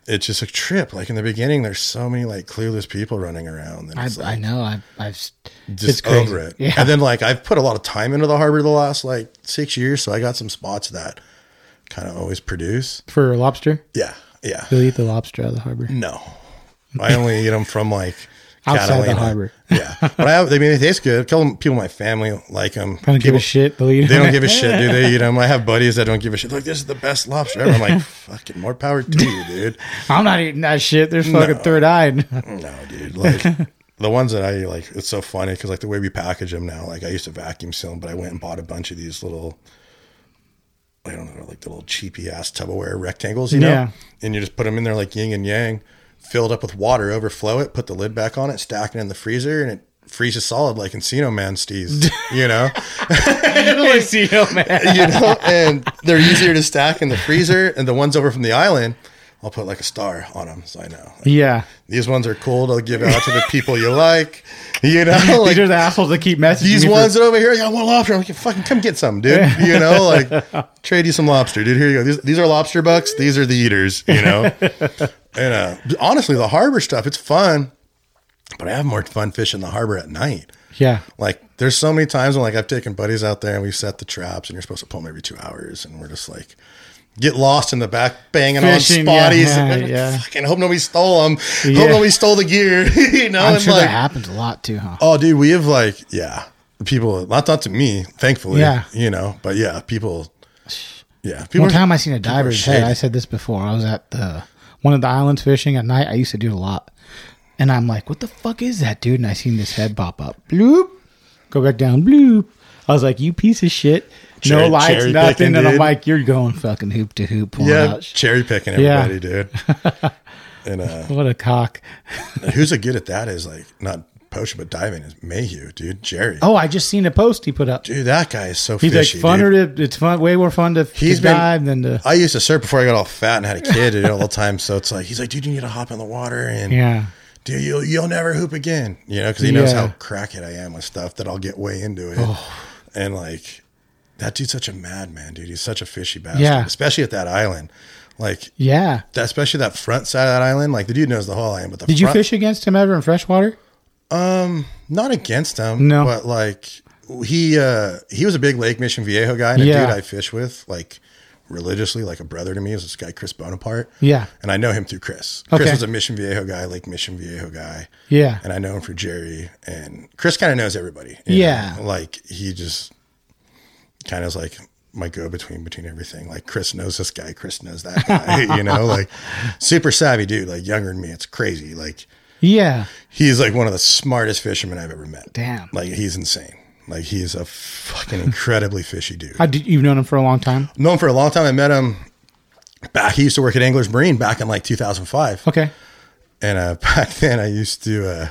[SPEAKER 3] it's just a trip. Like in the beginning, there's so many like clueless people running around. And
[SPEAKER 1] I,
[SPEAKER 3] it's like,
[SPEAKER 1] I know. I, I've just
[SPEAKER 3] just over it.
[SPEAKER 1] Yeah.
[SPEAKER 3] And then like I've put a lot of time into the harbor the last like six years, so I got some spots that kind of always produce.
[SPEAKER 1] For lobster,
[SPEAKER 3] Yeah, yeah.
[SPEAKER 1] they'll eat the lobster out of the harbor.
[SPEAKER 3] No, I only eat them from like
[SPEAKER 1] Outside the
[SPEAKER 3] Catalina.
[SPEAKER 1] harbor.
[SPEAKER 3] Yeah, but I have, they mean they taste good. A couple people in my family like them.
[SPEAKER 1] I don't give a shit. They'll eat
[SPEAKER 3] They
[SPEAKER 1] it.
[SPEAKER 3] don't give a shit, dude. They eat them. I have buddies that don't give a shit. Like this is the best lobster ever. I'm like, fucking more power to you, dude.
[SPEAKER 1] I'm not eating that shit. There's fucking third eyed.
[SPEAKER 3] No, dude. Like the ones that I like, it's so funny because like the way we package them now. Like I used to vacuum seal them, but I went and bought a bunch of these little, I don't know, like the little cheapy ass Tupperware rectangles, you know.
[SPEAKER 1] Yeah.
[SPEAKER 3] And you just put them in there like yin and yang, filled up with water, overflow it, put the lid back on it, stack it in the freezer, and it freezes solid like Encino Man steez, you know. you know, and they're easier to stack in the freezer. And the ones over from the island, I'll put like a star on them, so I know.
[SPEAKER 1] Yeah.
[SPEAKER 3] These ones are cool. They'll give out to the people you like. You know, like
[SPEAKER 1] These are the assholes that keep messaging
[SPEAKER 3] these
[SPEAKER 1] me for-
[SPEAKER 3] ones over here. I got one lobster. I'm like, fucking come get some, dude. You know, like trade you some lobster, dude. Here you go. These, these are lobster bucks. These are the eaters. You know, and uh, honestly, the harbor stuff it's fun, but I have more fun fishing the harbor at night.
[SPEAKER 1] yeah.
[SPEAKER 3] Like, there's so many times when like I've taken buddies out there and we've set the traps and you're supposed to pull them every two hours and we're just like. Get lost in the back, banging
[SPEAKER 1] Fishing,
[SPEAKER 3] on
[SPEAKER 1] yeah,
[SPEAKER 3] spotties.
[SPEAKER 1] yeah,
[SPEAKER 3] and
[SPEAKER 1] yeah.
[SPEAKER 3] Fucking hope nobody stole them.
[SPEAKER 1] Yeah.
[SPEAKER 3] Hope nobody stole the gear. you know,
[SPEAKER 1] I'm
[SPEAKER 3] and,
[SPEAKER 1] sure
[SPEAKER 3] like,
[SPEAKER 1] that happens a lot too, huh?
[SPEAKER 3] Oh, dude, we have like, yeah, people, not, not to me, thankfully.
[SPEAKER 1] Yeah.
[SPEAKER 3] You know, but yeah, people, yeah. People
[SPEAKER 1] One
[SPEAKER 3] are-
[SPEAKER 1] time I seen a
[SPEAKER 3] people are
[SPEAKER 1] diver's head.
[SPEAKER 3] shady.
[SPEAKER 1] I said this before. I was at the one of the islands fishing at night. I used to do a lot. And I'm like, what the fuck is that, dude? And I seen this head pop up. Bloop. Go back down. Bloop. I was like, you piece of shit. no
[SPEAKER 3] Cherry-
[SPEAKER 1] lights,
[SPEAKER 3] cherry
[SPEAKER 1] nothing.
[SPEAKER 3] picking,
[SPEAKER 1] and I'm
[SPEAKER 3] dude.
[SPEAKER 1] like, you're going fucking hoop to hoop. pulling
[SPEAKER 3] yeah,
[SPEAKER 1] out sh-
[SPEAKER 3] cherry picking
[SPEAKER 1] Yeah.
[SPEAKER 3] everybody, dude. and uh,
[SPEAKER 1] What a cock.
[SPEAKER 3] who's a good at that is like, not potion, but diving is Mayhew, dude. Jerry.
[SPEAKER 1] Oh, I just seen a post he put up.
[SPEAKER 3] Dude, that guy is so
[SPEAKER 1] He's
[SPEAKER 3] fishy.
[SPEAKER 1] like,
[SPEAKER 3] dude.
[SPEAKER 1] funner to, it's fun, way more fun to, to
[SPEAKER 3] He's been-
[SPEAKER 1] dive than to.
[SPEAKER 3] I used to surf before I got all fat and had a kid and did it all the time. So it's like, he's like, dude, you need to hop in the water and
[SPEAKER 1] Yeah.
[SPEAKER 3] dude, you'll, you'll never hoop again. You know, because he knows
[SPEAKER 1] Yeah. Oh.
[SPEAKER 3] how crackhead I am with stuff that I'll get way into it. And like, that dude's such a madman, dude. He's such a fishy bastard,
[SPEAKER 1] Yeah.
[SPEAKER 3] especially at that island. Like,
[SPEAKER 1] Yeah.
[SPEAKER 3] that, especially that front side of that island. Like, the dude knows the whole island, but the
[SPEAKER 1] Did you
[SPEAKER 3] front-
[SPEAKER 1] fish against him ever in freshwater?
[SPEAKER 3] not against him.
[SPEAKER 1] No.
[SPEAKER 3] but like he uh he was a big Lake Mission Viejo guy, and a
[SPEAKER 1] Yeah.
[SPEAKER 3] dude I fish with like religiously, like a brother to me, is this guy Chris Bonaparte.
[SPEAKER 1] Yeah.
[SPEAKER 3] and I know him through Chris.
[SPEAKER 1] Okay.
[SPEAKER 3] Chris was a Mission Viejo guy, Lake Mission Viejo guy.
[SPEAKER 1] Yeah.
[SPEAKER 3] and I know him for Jerry, and Chris kind of knows everybody. you
[SPEAKER 1] Yeah.
[SPEAKER 3] know? like he just kind of is like my go between between everything. Like Chris knows this guy, Chris knows that guy, you know, like super savvy dude, like younger than me. It's crazy. Like
[SPEAKER 1] Yeah.
[SPEAKER 3] he's like one of the smartest fishermen I've ever met.
[SPEAKER 1] Damn.
[SPEAKER 3] Like he's insane. Like he is a fucking incredibly fishy dude.
[SPEAKER 1] How did, you've known him for a long time?
[SPEAKER 3] known him for a long time. I met him back. He used to work at Angler's Marine back in like 2005.
[SPEAKER 1] Okay.
[SPEAKER 3] And uh, back then, I used to uh,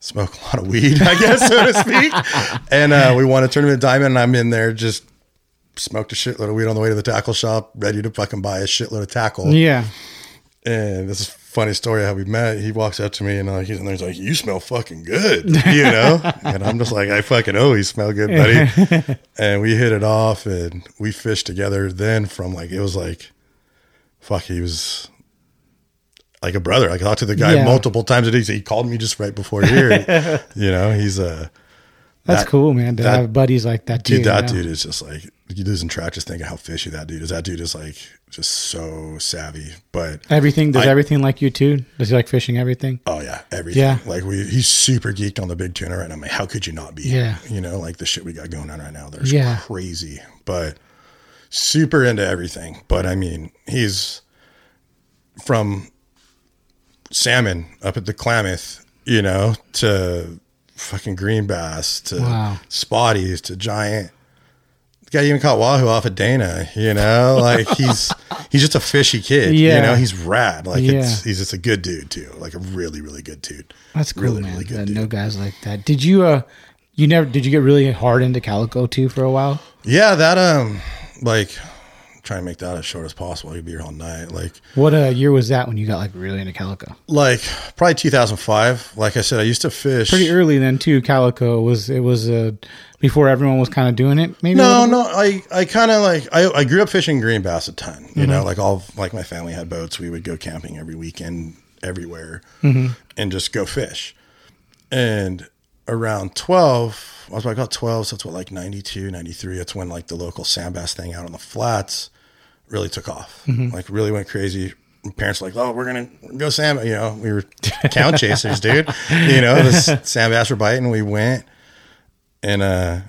[SPEAKER 3] smoke a lot of weed, I guess, so to speak. And uh, we won a tournament at Diamond, and I'm in there just smoked a shitload of weed on the way to the tackle shop, ready to fucking buy a shitload of tackle.
[SPEAKER 1] Yeah.
[SPEAKER 3] And this is a funny story how we met. He walks up to me and uh, he's in there. He's like, "You smell fucking good," you know. and I'm just like, "I fucking always smell good, buddy." and we hit it off, and we fished together. Then from like it was like, fuck, he was like a brother. I talked to the guy
[SPEAKER 1] Yeah.
[SPEAKER 3] multiple times a day. He called me just right before here. you know, he's a
[SPEAKER 1] That's
[SPEAKER 3] That-
[SPEAKER 1] cool, man. To
[SPEAKER 3] that-
[SPEAKER 1] have buddies like that,
[SPEAKER 3] dude.
[SPEAKER 1] dude.
[SPEAKER 3] that
[SPEAKER 1] you know?
[SPEAKER 3] dude is just like you losing track just thinking how fishy that dude is. That dude is like just so savvy, but
[SPEAKER 1] Everything does
[SPEAKER 3] I-
[SPEAKER 1] everything like you too. Does he like fishing? Everything.
[SPEAKER 3] Oh yeah, everything.
[SPEAKER 1] Yeah.
[SPEAKER 3] Like we, he's super geeked on the big tuna right now. I'm like, how could you not be?
[SPEAKER 1] Yeah.
[SPEAKER 3] You know, like the shit we got going on right now. There's
[SPEAKER 1] Yeah.
[SPEAKER 3] crazy, but super into everything. But I mean, he's from salmon up at the Klamath, you know, to fucking green bass to
[SPEAKER 1] Wow.
[SPEAKER 3] spotties to giant. The guy even caught wahoo off of Dana, you know, like he's he's just a fishy kid,
[SPEAKER 1] Yeah.
[SPEAKER 3] you know. He's rad, like
[SPEAKER 1] Yeah.
[SPEAKER 3] it's he's just a good dude too, like a really really good dude.
[SPEAKER 1] That's cool,
[SPEAKER 3] really,
[SPEAKER 1] man.
[SPEAKER 3] really good
[SPEAKER 1] that
[SPEAKER 3] dude.
[SPEAKER 1] no guys like that. Did you? uh You never? Did you get really hard into calico too for a while?
[SPEAKER 3] Yeah, that um, like try and make that as short as possible. You'd be here all night, like
[SPEAKER 1] What uh, year was that when you got like really into calico?
[SPEAKER 3] like probably 2005. Like I said, I used to fish
[SPEAKER 1] Pretty early then too. Calico was it was uh, before everyone was kind of doing it. Maybe a
[SPEAKER 3] No,
[SPEAKER 1] little bit? Mm-hmm.
[SPEAKER 3] no, I, I kind of like I, I grew up fishing green bass a ton. You know, like all like my family had boats. We would go camping every weekend, everywhere,
[SPEAKER 1] Mm-hmm.
[SPEAKER 3] and just go fish. And around twelve, I was about twelve, so that's what like 92, 93. That's when like the local sand bass thing out on the flats really took off.
[SPEAKER 1] Mm-hmm.
[SPEAKER 3] Like really went crazy. My parents were like, oh, we're gonna go sand. You know, we were cow chasers, dude. You know, the s- sand bass were biting. We went and uh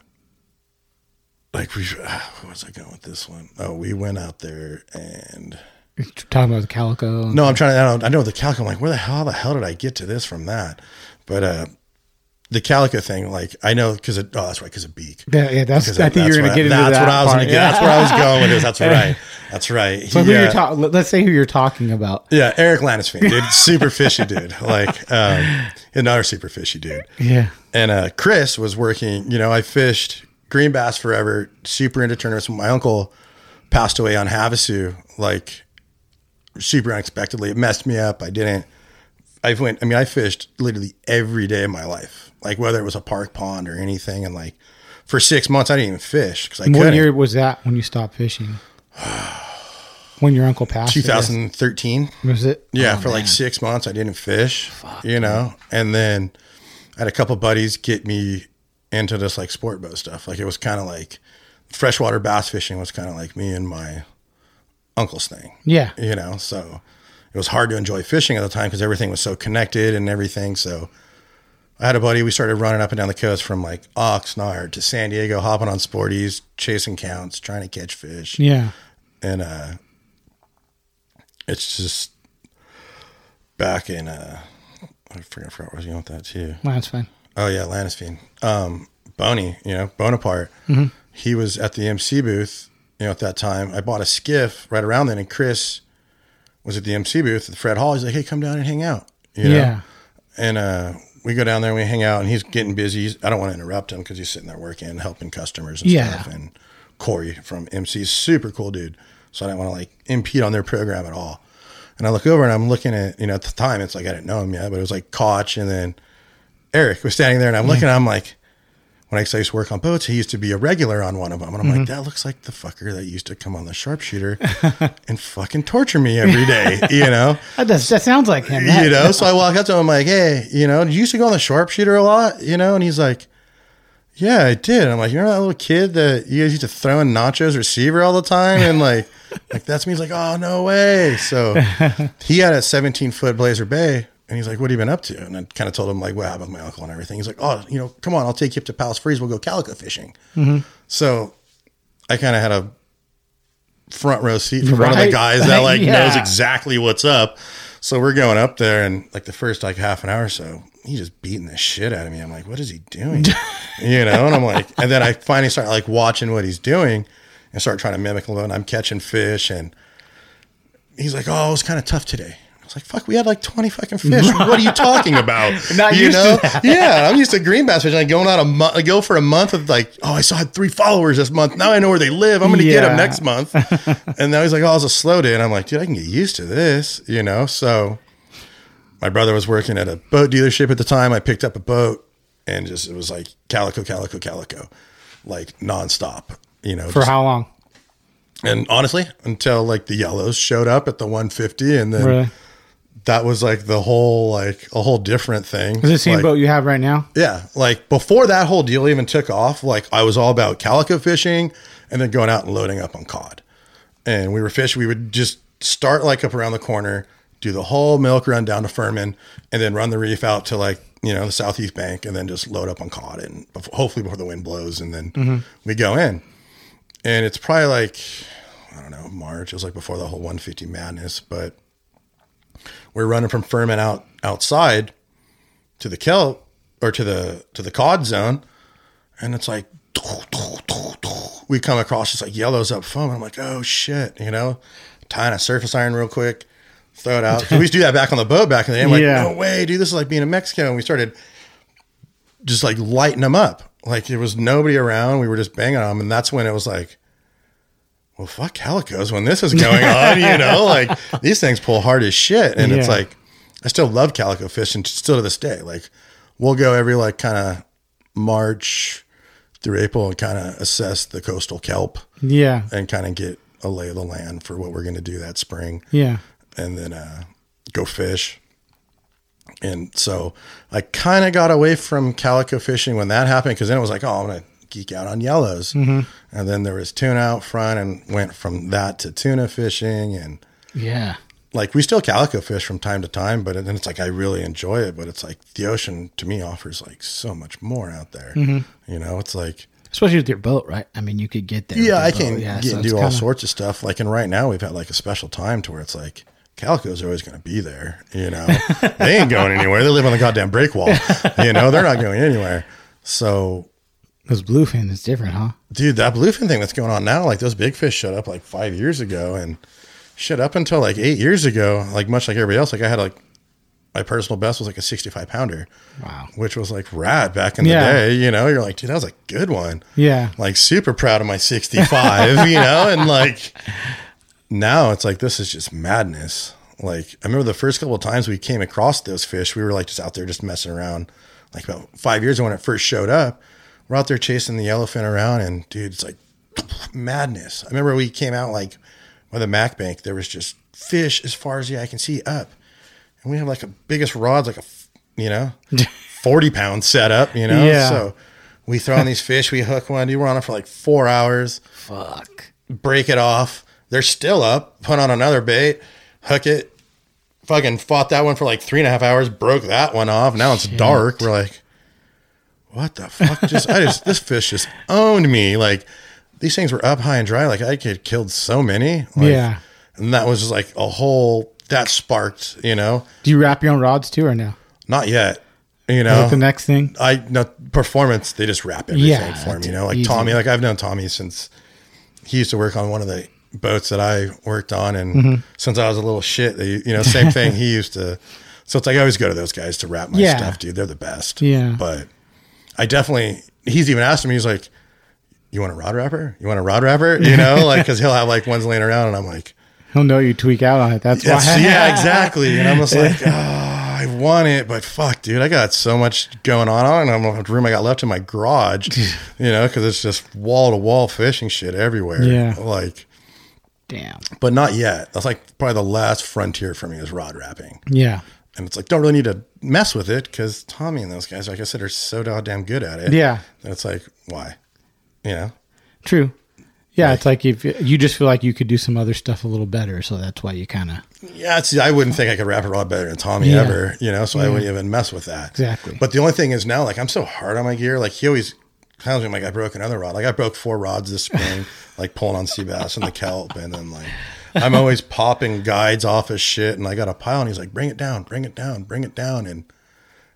[SPEAKER 3] like we ah, where was I going with this one? Oh, we went out there and
[SPEAKER 1] Talking about the calico.
[SPEAKER 3] no, I'm trying to. I, don't, I know the calico. I'm like, where the hell the hell did I get to this from that? But uh the calico thing, like I know because it. Oh, that's right, because of beak.
[SPEAKER 1] Yeah, yeah, that's-
[SPEAKER 3] Because
[SPEAKER 1] I think you're gonna
[SPEAKER 3] that's what
[SPEAKER 1] get into
[SPEAKER 3] That's
[SPEAKER 1] that
[SPEAKER 3] what I was
[SPEAKER 1] part,
[SPEAKER 3] gonna get.
[SPEAKER 1] yeah.
[SPEAKER 3] That's where I was going with this. That's right. That's right.
[SPEAKER 1] So who
[SPEAKER 3] Yeah.
[SPEAKER 1] you're ta- Let's say who you're talking about.
[SPEAKER 3] Yeah, Eric Lanisfield, dude, super fishy dude, like um, another super fishy dude.
[SPEAKER 1] Yeah.
[SPEAKER 3] And uh, Chris was working. You know, I fished green bass forever, super into tournaments. My uncle passed away on Havasu, like super unexpectedly. It messed me up. I didn't. I went. I mean, I fished literally every day of my life, like whether it was a park pond or anything. And like for six months, I didn't even fish because I
[SPEAKER 1] What
[SPEAKER 3] couldn't.
[SPEAKER 1] year was that when you stopped fishing? When your uncle passed? I guess.
[SPEAKER 3] 2013.
[SPEAKER 1] Was it?
[SPEAKER 3] Yeah,
[SPEAKER 1] Oh,
[SPEAKER 3] for like
[SPEAKER 1] man.
[SPEAKER 3] six months, I didn't fish. you know, and then I had a couple buddies get me into this like sport boat stuff. Like it was kind of like freshwater bass fishing was kind of like me and my uncle's thing.
[SPEAKER 1] Yeah.
[SPEAKER 3] You know, so it was hard to enjoy fishing at the time because everything was so connected and everything. So I had a buddy. We started running up and down the coast from like Oxnard to San Diego, hopping on sporties, chasing counts, trying to catch fish
[SPEAKER 1] Yeah.
[SPEAKER 3] and uh it's just back in uh I forgot, I forgot where I was going with that too.
[SPEAKER 1] Well, that's fine.
[SPEAKER 3] Oh yeah, Lannisfiend. Um Boney, you know, Bonaparte. He was at the MC booth, you know, at that time. I bought a skiff right around then and Chris was at the MC booth with Fred Hall. He's like, Hey, come down and hang out. You know?
[SPEAKER 1] Yeah.
[SPEAKER 3] And uh we go down there and we hang out and he's getting busy. He's, I don't want to interrupt him because he's sitting there working, helping customers and
[SPEAKER 1] Yeah.
[SPEAKER 3] stuff. And Corey from MC is super cool dude. So I didn't want to like impede on their program at all. And I look over and I'm looking at, you know, at the time it's like I didn't know him yet, but it was like Koch and then Eric was standing there and I'm looking, I'm like, when I used to work on boats, he used to be a regular on one of them. And I'm like, that looks like the fucker that used to come on the sharpshooter and fucking torture me every day, you know?
[SPEAKER 1] That, does, that sounds like him.
[SPEAKER 3] you know, so I walk up to him, I'm like, hey, you know, did you used to go on the sharpshooter a lot? You know, and he's like, yeah, I did. I'm like, you remember that little kid that you guys used to throw in Nacho's receiver all the time? And like, like that's me. He's like, oh, no way. So he had a 17 foot Blazer Bay. And he's like, what have you been up to? And I kind of told him, like, what happened with my uncle and everything. He's like, oh, you know, come on, I'll take you up to Palos Freeze. We'll go calico fishing. So I kind of had a front row seat for one of the
[SPEAKER 1] Right.
[SPEAKER 3] guys that like
[SPEAKER 1] Yeah.
[SPEAKER 3] knows exactly what's up. So we're going up there, and like the first like half an hour or so, he just beating the shit out of me. I'm like, what is he doing? you know, and I'm like, and then I finally start like watching what he's doing and start trying to mimic him. And I'm catching fish, and he's like, oh, it was kind of tough today. I was Like fuck, we had like twenty fucking fish. What are you talking about?
[SPEAKER 1] Not
[SPEAKER 3] you
[SPEAKER 1] used to
[SPEAKER 3] know, yeah, I'm used to green bass fishing. Like going out a month, I go for a month of like, oh, I saw three followers this month. Now I know where they live. I'm going to get
[SPEAKER 1] Yeah.
[SPEAKER 3] them next month. and now he's like, oh, it's a slow day. And I'm like, dude, I can get used to this, you know? So my brother was working at a boat dealership at the time. I picked up a boat and just, it was like calico, calico, calico, like nonstop, you know?
[SPEAKER 1] For
[SPEAKER 3] just-
[SPEAKER 1] how long?
[SPEAKER 3] and honestly, until like the yellows showed up at the 150. And then
[SPEAKER 1] Really?
[SPEAKER 3] that was like the whole, like a whole different thing.
[SPEAKER 1] Is this the same
[SPEAKER 3] Like-
[SPEAKER 1] boat you have right now?
[SPEAKER 3] yeah, like before that whole deal even took off, like I was all about calico fishing and then going out and loading up on cod. And we were fishing, we would just start like up around the corner, do the whole milk run down to Furman, and then run the reef out to like, you know, the southeast bank and then just load up on cod and bef- hopefully before the wind blows. And then we go in. And it's probably like, I don't know, March. It was like before the whole 150 madness, but we're running from Furman out outside to the kelp or to the to the cod zone, and it's like we come across just like yellows up foam. I'm like, oh shit, you know, tying a surface iron real quick, throw it out. 'Cause we used to do that back on the boat back in the day. I'm like,
[SPEAKER 1] Yeah.
[SPEAKER 3] no way, dude, this is like being in Mexico. And we started just like lighting them up. Like there was nobody around. We were just banging on them, and that's when it was like. Well, fuck calicos when this is going on, you know, like these things pull hard as shit. And it's
[SPEAKER 1] Yeah.
[SPEAKER 3] like, I still love calico fishing t- still to this day. Like we'll go every like kind of March through April and kind of assess the coastal kelp
[SPEAKER 1] Yeah.
[SPEAKER 3] and kind of get a lay of the land for what we're going to do that spring
[SPEAKER 1] Yeah.
[SPEAKER 3] and then uh, go fish. And so I kind of got away from calico fishing when that happened because then it was like, oh, I'm going to geek out on yellows. And then there was tuna out front and went from that to tuna fishing and
[SPEAKER 1] Yeah.
[SPEAKER 3] like we still calico fish from time to time, but then it's like I really enjoy it. But it's like the ocean to me offers like so much more out there. You know, it's like
[SPEAKER 6] Especially with your boat, right? I mean, you could get there. with
[SPEAKER 3] yeah,
[SPEAKER 6] your
[SPEAKER 3] I
[SPEAKER 6] boat.
[SPEAKER 3] can
[SPEAKER 6] uh, Yeah,
[SPEAKER 3] get
[SPEAKER 6] so
[SPEAKER 3] and
[SPEAKER 6] it's
[SPEAKER 3] do all
[SPEAKER 6] kinda-
[SPEAKER 3] sorts of stuff. Like, and right now we've had like a special time to where it's like calicos are always going to be there. You know, they ain't going anywhere. They live on the goddamn break wall. You know, they're not going anywhere. So,
[SPEAKER 6] Because bluefin is different, huh?
[SPEAKER 3] dude, that bluefin thing that's going on now, like those big fish showed up like five years ago, and shit up until like eight years ago, like much like everybody else, like I had like my personal best was like a sixty-five pounder.
[SPEAKER 6] Wow.
[SPEAKER 3] which was like rad back in the
[SPEAKER 1] Yeah.
[SPEAKER 3] day. You know, you're like, dude, that was a good one.
[SPEAKER 1] Yeah.
[SPEAKER 3] Like super proud of my 65, you know, and like now it's like this is just madness. Like I remember the first couple of times we came across those fish, we were like just out there just messing around. Like about five years ago when it first showed up, we're out there chasing the yellowfin around, and dude, it's like madness. I remember we came out like by the Mac Bank, there was just fish as far as the eye can see up, and we have like a biggest rods, like a f- you know, forty pound setup, you know.
[SPEAKER 1] Yeah.
[SPEAKER 3] So we throw on these fish, we hook one, dude, we're on it for like four hours
[SPEAKER 6] Fuck.
[SPEAKER 3] break it off. They're still up. Put on another bait, hook it. Fucking fought that one for like three and a half hours. Broke that one off. Now it's dark. We're like, what the fuck? Just I just this fish just owned me. Like these things were up high and dry. Like I could killed so many. Like,
[SPEAKER 1] yeah.
[SPEAKER 3] and that was just like a whole that sparked. You know,
[SPEAKER 1] Do you wrap your own rods too or no?
[SPEAKER 3] not yet. You
[SPEAKER 1] Is
[SPEAKER 3] know,
[SPEAKER 1] that the next thing?
[SPEAKER 3] I no performance. They just wrap everything
[SPEAKER 1] Yeah,
[SPEAKER 3] for him.
[SPEAKER 1] it's
[SPEAKER 3] You know, like
[SPEAKER 1] easy.
[SPEAKER 3] Tommy. Like I've known Tommy since he used to work on one of the boats that I worked on, and
[SPEAKER 1] Mm-hmm.
[SPEAKER 3] since I was a little shit, they, you know, same thing. he used to. So it's like I always go to those guys to wrap my
[SPEAKER 1] Yeah.
[SPEAKER 3] stuff, dude. They're the best.
[SPEAKER 1] Yeah.
[SPEAKER 3] But I definitely. He's even asked me. He's like, "You want a rod wrapper? You want a rod wrapper? You know, like because he'll have like ones laying around, and I'm like,
[SPEAKER 1] He'll know you tweak out on it. That's
[SPEAKER 3] Yes,
[SPEAKER 1] why.
[SPEAKER 3] yeah, exactly. And I'm just like, oh, I want it, but fuck, dude, I got so much going on. I don't know how much room I got left in my garage, you know, because it's just wall to wall fishing shit everywhere.
[SPEAKER 1] Yeah.
[SPEAKER 3] Like,
[SPEAKER 6] Damn.
[SPEAKER 3] but not yet. That's like probably the last frontier for me is rod wrapping.
[SPEAKER 1] Yeah.
[SPEAKER 3] And it's like, don't really need to mess with it because Tommy and those guys, like I said, are so goddamn good at it.
[SPEAKER 1] Yeah.
[SPEAKER 3] And it's like, why? You know?
[SPEAKER 1] True. Yeah, it's like if you just feel like you could do some other stuff a little better, so that's why you kind of
[SPEAKER 3] Yeah, it's, I wouldn't think I could wrap a rod better than Tommy
[SPEAKER 1] Yeah.
[SPEAKER 3] ever, you know, so I wouldn't even mess with that.
[SPEAKER 1] Exactly.
[SPEAKER 3] But the only thing is now, like, I'm so hard on my gear. Like, he always clowns me. I'm like, I broke another rod. Like I broke four rods this spring, like pulling on sea bass and the kelp. And then like, I'm always popping guides off his shit. And I got a pile and he's like, bring it down, bring it down, bring it down. And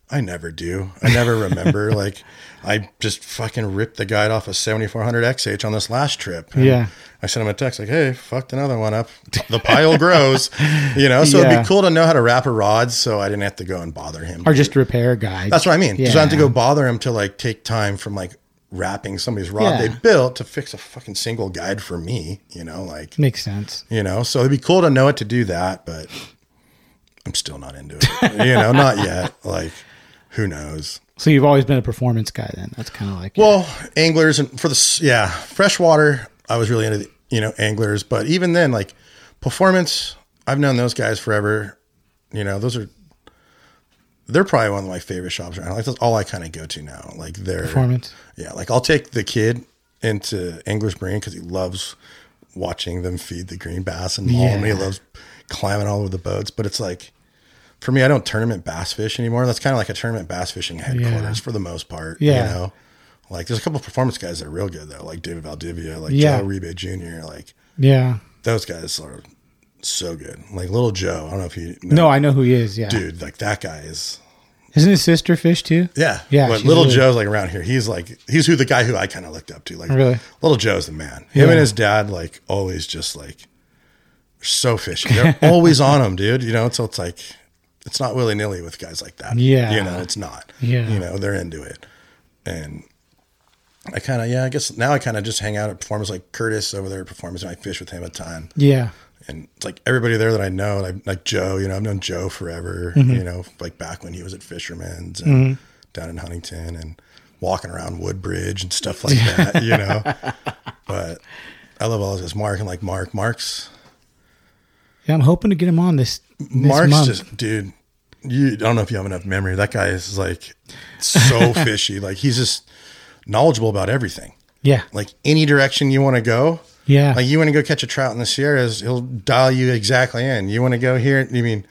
[SPEAKER 3] I never do. I never remember. like I just fucking ripped the guide off a 7400XH on this last trip. And
[SPEAKER 6] Yeah.
[SPEAKER 3] I sent him a text like, hey, fucked another one up. The pile grows, you know? So it'd
[SPEAKER 6] Yeah.
[SPEAKER 3] be cool to know how to wrap a rod. So I didn't have to go and bother him.
[SPEAKER 6] Or just repair guide.
[SPEAKER 3] That's what I mean. Because I have to
[SPEAKER 6] Yeah.
[SPEAKER 3] go bother him to like take time from like wrapping somebody's rod
[SPEAKER 6] Yeah.
[SPEAKER 3] they built to fix a fucking single guide for me. You know, like
[SPEAKER 6] Makes sense.
[SPEAKER 3] you know. So it'd be cool to know it to do that, but I'm still not into it. you know, not yet. Like, who knows?
[SPEAKER 6] So you've always been a performance guy then. That's kind of like
[SPEAKER 3] Well, anglers and for the s- yeah freshwater, I was really into the, you know anglers, but even then, like performance, I've known those guys forever. You know, those are they're probably one of my favorite shops around. Like that's all I kind of go to now. Like their
[SPEAKER 6] performance.
[SPEAKER 3] yeah, like I'll take the kid into Angler's Marine because he loves watching them feed the green bass and haul 'em, and he
[SPEAKER 6] Yeah.
[SPEAKER 3] loves climbing all over the boats. But it's like, for me, I don't tournament bass fish anymore. That's kind of like a tournament bass fishing headquarters for the most part.
[SPEAKER 6] Yeah.
[SPEAKER 3] You know, like there's a couple of performance guys that are real good though, like David Valdivia, like
[SPEAKER 6] Yeah.
[SPEAKER 3] Joe Rebe Jr., like
[SPEAKER 6] Yeah.
[SPEAKER 3] those guys are so good. Like little Joe, I don't know if you know,
[SPEAKER 6] No, I know who he is. Yeah.
[SPEAKER 3] dude, like that guy is
[SPEAKER 6] Isn't his sister fish too?
[SPEAKER 3] yeah.
[SPEAKER 6] Yeah,
[SPEAKER 3] But
[SPEAKER 6] she's
[SPEAKER 3] little
[SPEAKER 6] really-
[SPEAKER 3] Joe's like around here. He's like he's who the guy who I kind of looked up to. Like
[SPEAKER 6] Really?
[SPEAKER 3] little Joe's the man. Him and his dad like always just like so fishy. They're always on him, dude. You know, so it's like it's not willy nilly with guys like that.
[SPEAKER 6] Yeah.
[SPEAKER 3] You know, it's not.
[SPEAKER 6] Yeah.
[SPEAKER 3] You know, they're into it. And I kind of yeah, I guess now I kind of just hang out at performers like Curtis over there at performers and I fish with him a ton
[SPEAKER 6] Yeah.
[SPEAKER 3] and it's like everybody there that I know, like, like Joe, you know, I've known Joe forever, you know, like back when he was at Fisherman's and down in Huntington and walking around Woodbridge and stuff like that, you know. But I love all of this. Mark and like Mark, Mark's,
[SPEAKER 6] Yeah. I'm hoping to get him on this, this
[SPEAKER 3] Mark's
[SPEAKER 6] month.
[SPEAKER 3] just, dude, you, I don't know if you have enough memory. That guy is like so fishy. Like he's just knowledgeable about everything.
[SPEAKER 6] yeah.
[SPEAKER 3] Like any direction you want to go,
[SPEAKER 6] Yeah.
[SPEAKER 3] Like you want to go catch a trout in the Sierras, he'll dial you exactly in. You want to go here, you mean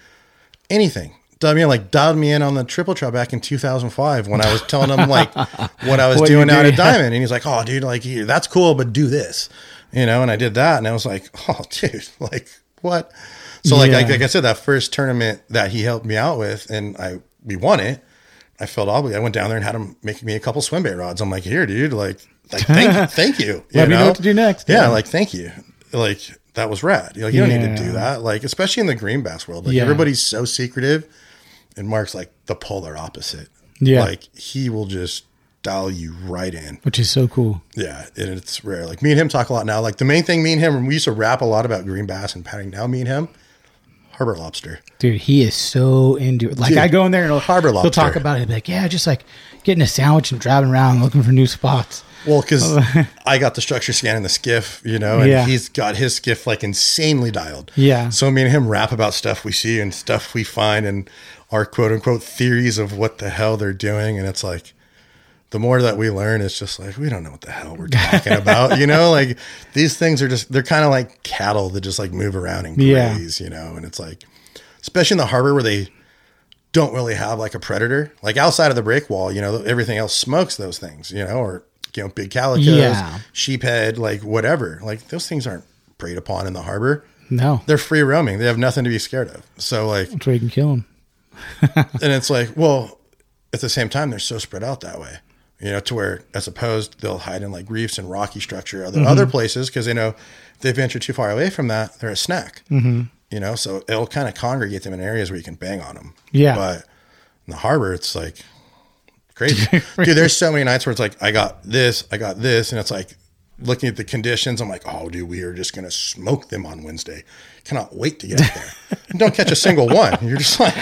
[SPEAKER 3] anything. I mean, like dialed me in on the triple trout back in 2005 when I was telling him like what I was
[SPEAKER 6] What
[SPEAKER 3] doing
[SPEAKER 6] you do,
[SPEAKER 3] out at
[SPEAKER 6] yeah.
[SPEAKER 3] Diamond, and he's like, "Oh, dude, like you- that's cool, but do this," you know. And I did that, and I was like, "Oh, dude, like what?" So like, like
[SPEAKER 6] Yeah.
[SPEAKER 3] like I said, that first tournament that he helped me out with, and I we won it. I felt obligated. I went down there and had him make me a couple swim bait rods. I'm like, "Here, dude, like, like thank you, thank you." you
[SPEAKER 6] Let me know what to do next.
[SPEAKER 3] Yeah,
[SPEAKER 6] Yeah.
[SPEAKER 3] like thank you. Like that was rad. Like you don't need to
[SPEAKER 6] Yeah.
[SPEAKER 3] do that. Like especially in the green bass world, like
[SPEAKER 6] Yeah.
[SPEAKER 3] everybody's so secretive, and Mark's like the polar opposite.
[SPEAKER 6] Yeah.
[SPEAKER 3] like he will just dial you right in.
[SPEAKER 6] Which is so cool.
[SPEAKER 3] Yeah, and it's rare. Like me and him talk a lot now. Like the main thing, me and him, we used to rap a lot about green bass and patting down. Me and him, harbor lobster.
[SPEAKER 6] Dude, he is so into it. Like
[SPEAKER 3] Dude,
[SPEAKER 6] I go in there and he'll,
[SPEAKER 3] harbor
[SPEAKER 6] he'll talk
[SPEAKER 3] lobster.
[SPEAKER 6] about it. Like yeah, just like getting a sandwich and driving around looking for new spots.
[SPEAKER 3] Well, because I got the structure scan in the skiff, you know, and
[SPEAKER 6] Oh. Yeah.
[SPEAKER 3] he's got his skiff like insanely dialed.
[SPEAKER 6] Yeah.
[SPEAKER 3] So me and him rap about stuff we see and stuff we find and our quote unquote theories of what the hell they're doing. And it's like, the more that we learn, it's just like, we don't know what the hell we're talking about. You know, like these things are just, they're kind of like cattle that just like move around and
[SPEAKER 6] Yeah.
[SPEAKER 3] graze, you know, and it's like, especially in the harbor where they, don't really have like a predator. Like outside of the break wall, you know, everything else smokes those things, you know, or you know, big calicos,
[SPEAKER 6] Yeah.
[SPEAKER 3] sheephead, like whatever. Like those things aren't preyed upon in the harbor.
[SPEAKER 6] No,
[SPEAKER 3] They're free roaming. They have nothing to be scared of. So like
[SPEAKER 6] that's where you can kill him.
[SPEAKER 3] and it's like, well, at the same time, they're so spread out that way, you know, to where as opposed they'll hide in like reefs and rocky structure, other
[SPEAKER 6] Mm-hmm.
[SPEAKER 3] other places, because they know if they venture too far away from that, they're a snack, mm-hmm. you know. So it'll kind of congregate them in areas where you can bang on them.
[SPEAKER 6] Yeah.
[SPEAKER 3] but in the harbor, it's like crazy, dude. There's so many nights where it's like, I got this, I got this, and it's like. Looking at the conditions, I'm like, oh, dude, we are just gonna smoke them on Wednesday. Cannot wait to get out there. And don't catch a single one. You're just like,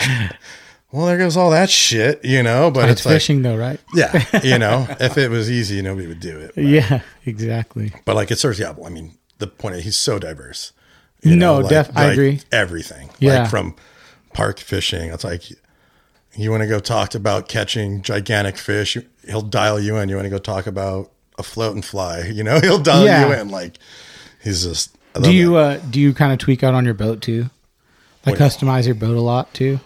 [SPEAKER 3] well, there goes all that shit, you know. But
[SPEAKER 6] It's
[SPEAKER 3] it's, like,
[SPEAKER 6] fishing though, right?
[SPEAKER 3] yeah, you know, if it was easy, nobody would do it. But,
[SPEAKER 6] Yeah, exactly.
[SPEAKER 3] but, like, it serves. Yeah, well, I mean, the point is, he's so diverse.
[SPEAKER 6] No, def- I agree.
[SPEAKER 3] Everything,
[SPEAKER 6] Yeah.
[SPEAKER 3] like from park fishing, it's like you want to go talk about catching gigantic fish, he'll dial you in. You want to go talk about a float and fly, you know, he'll dial
[SPEAKER 6] Yeah.
[SPEAKER 3] you in. Like, he's just. I
[SPEAKER 6] Do
[SPEAKER 3] love
[SPEAKER 6] you
[SPEAKER 3] that.
[SPEAKER 6] uh, do you kind of tweak out on your boat too? Like
[SPEAKER 3] What-
[SPEAKER 6] customize your boat a lot too.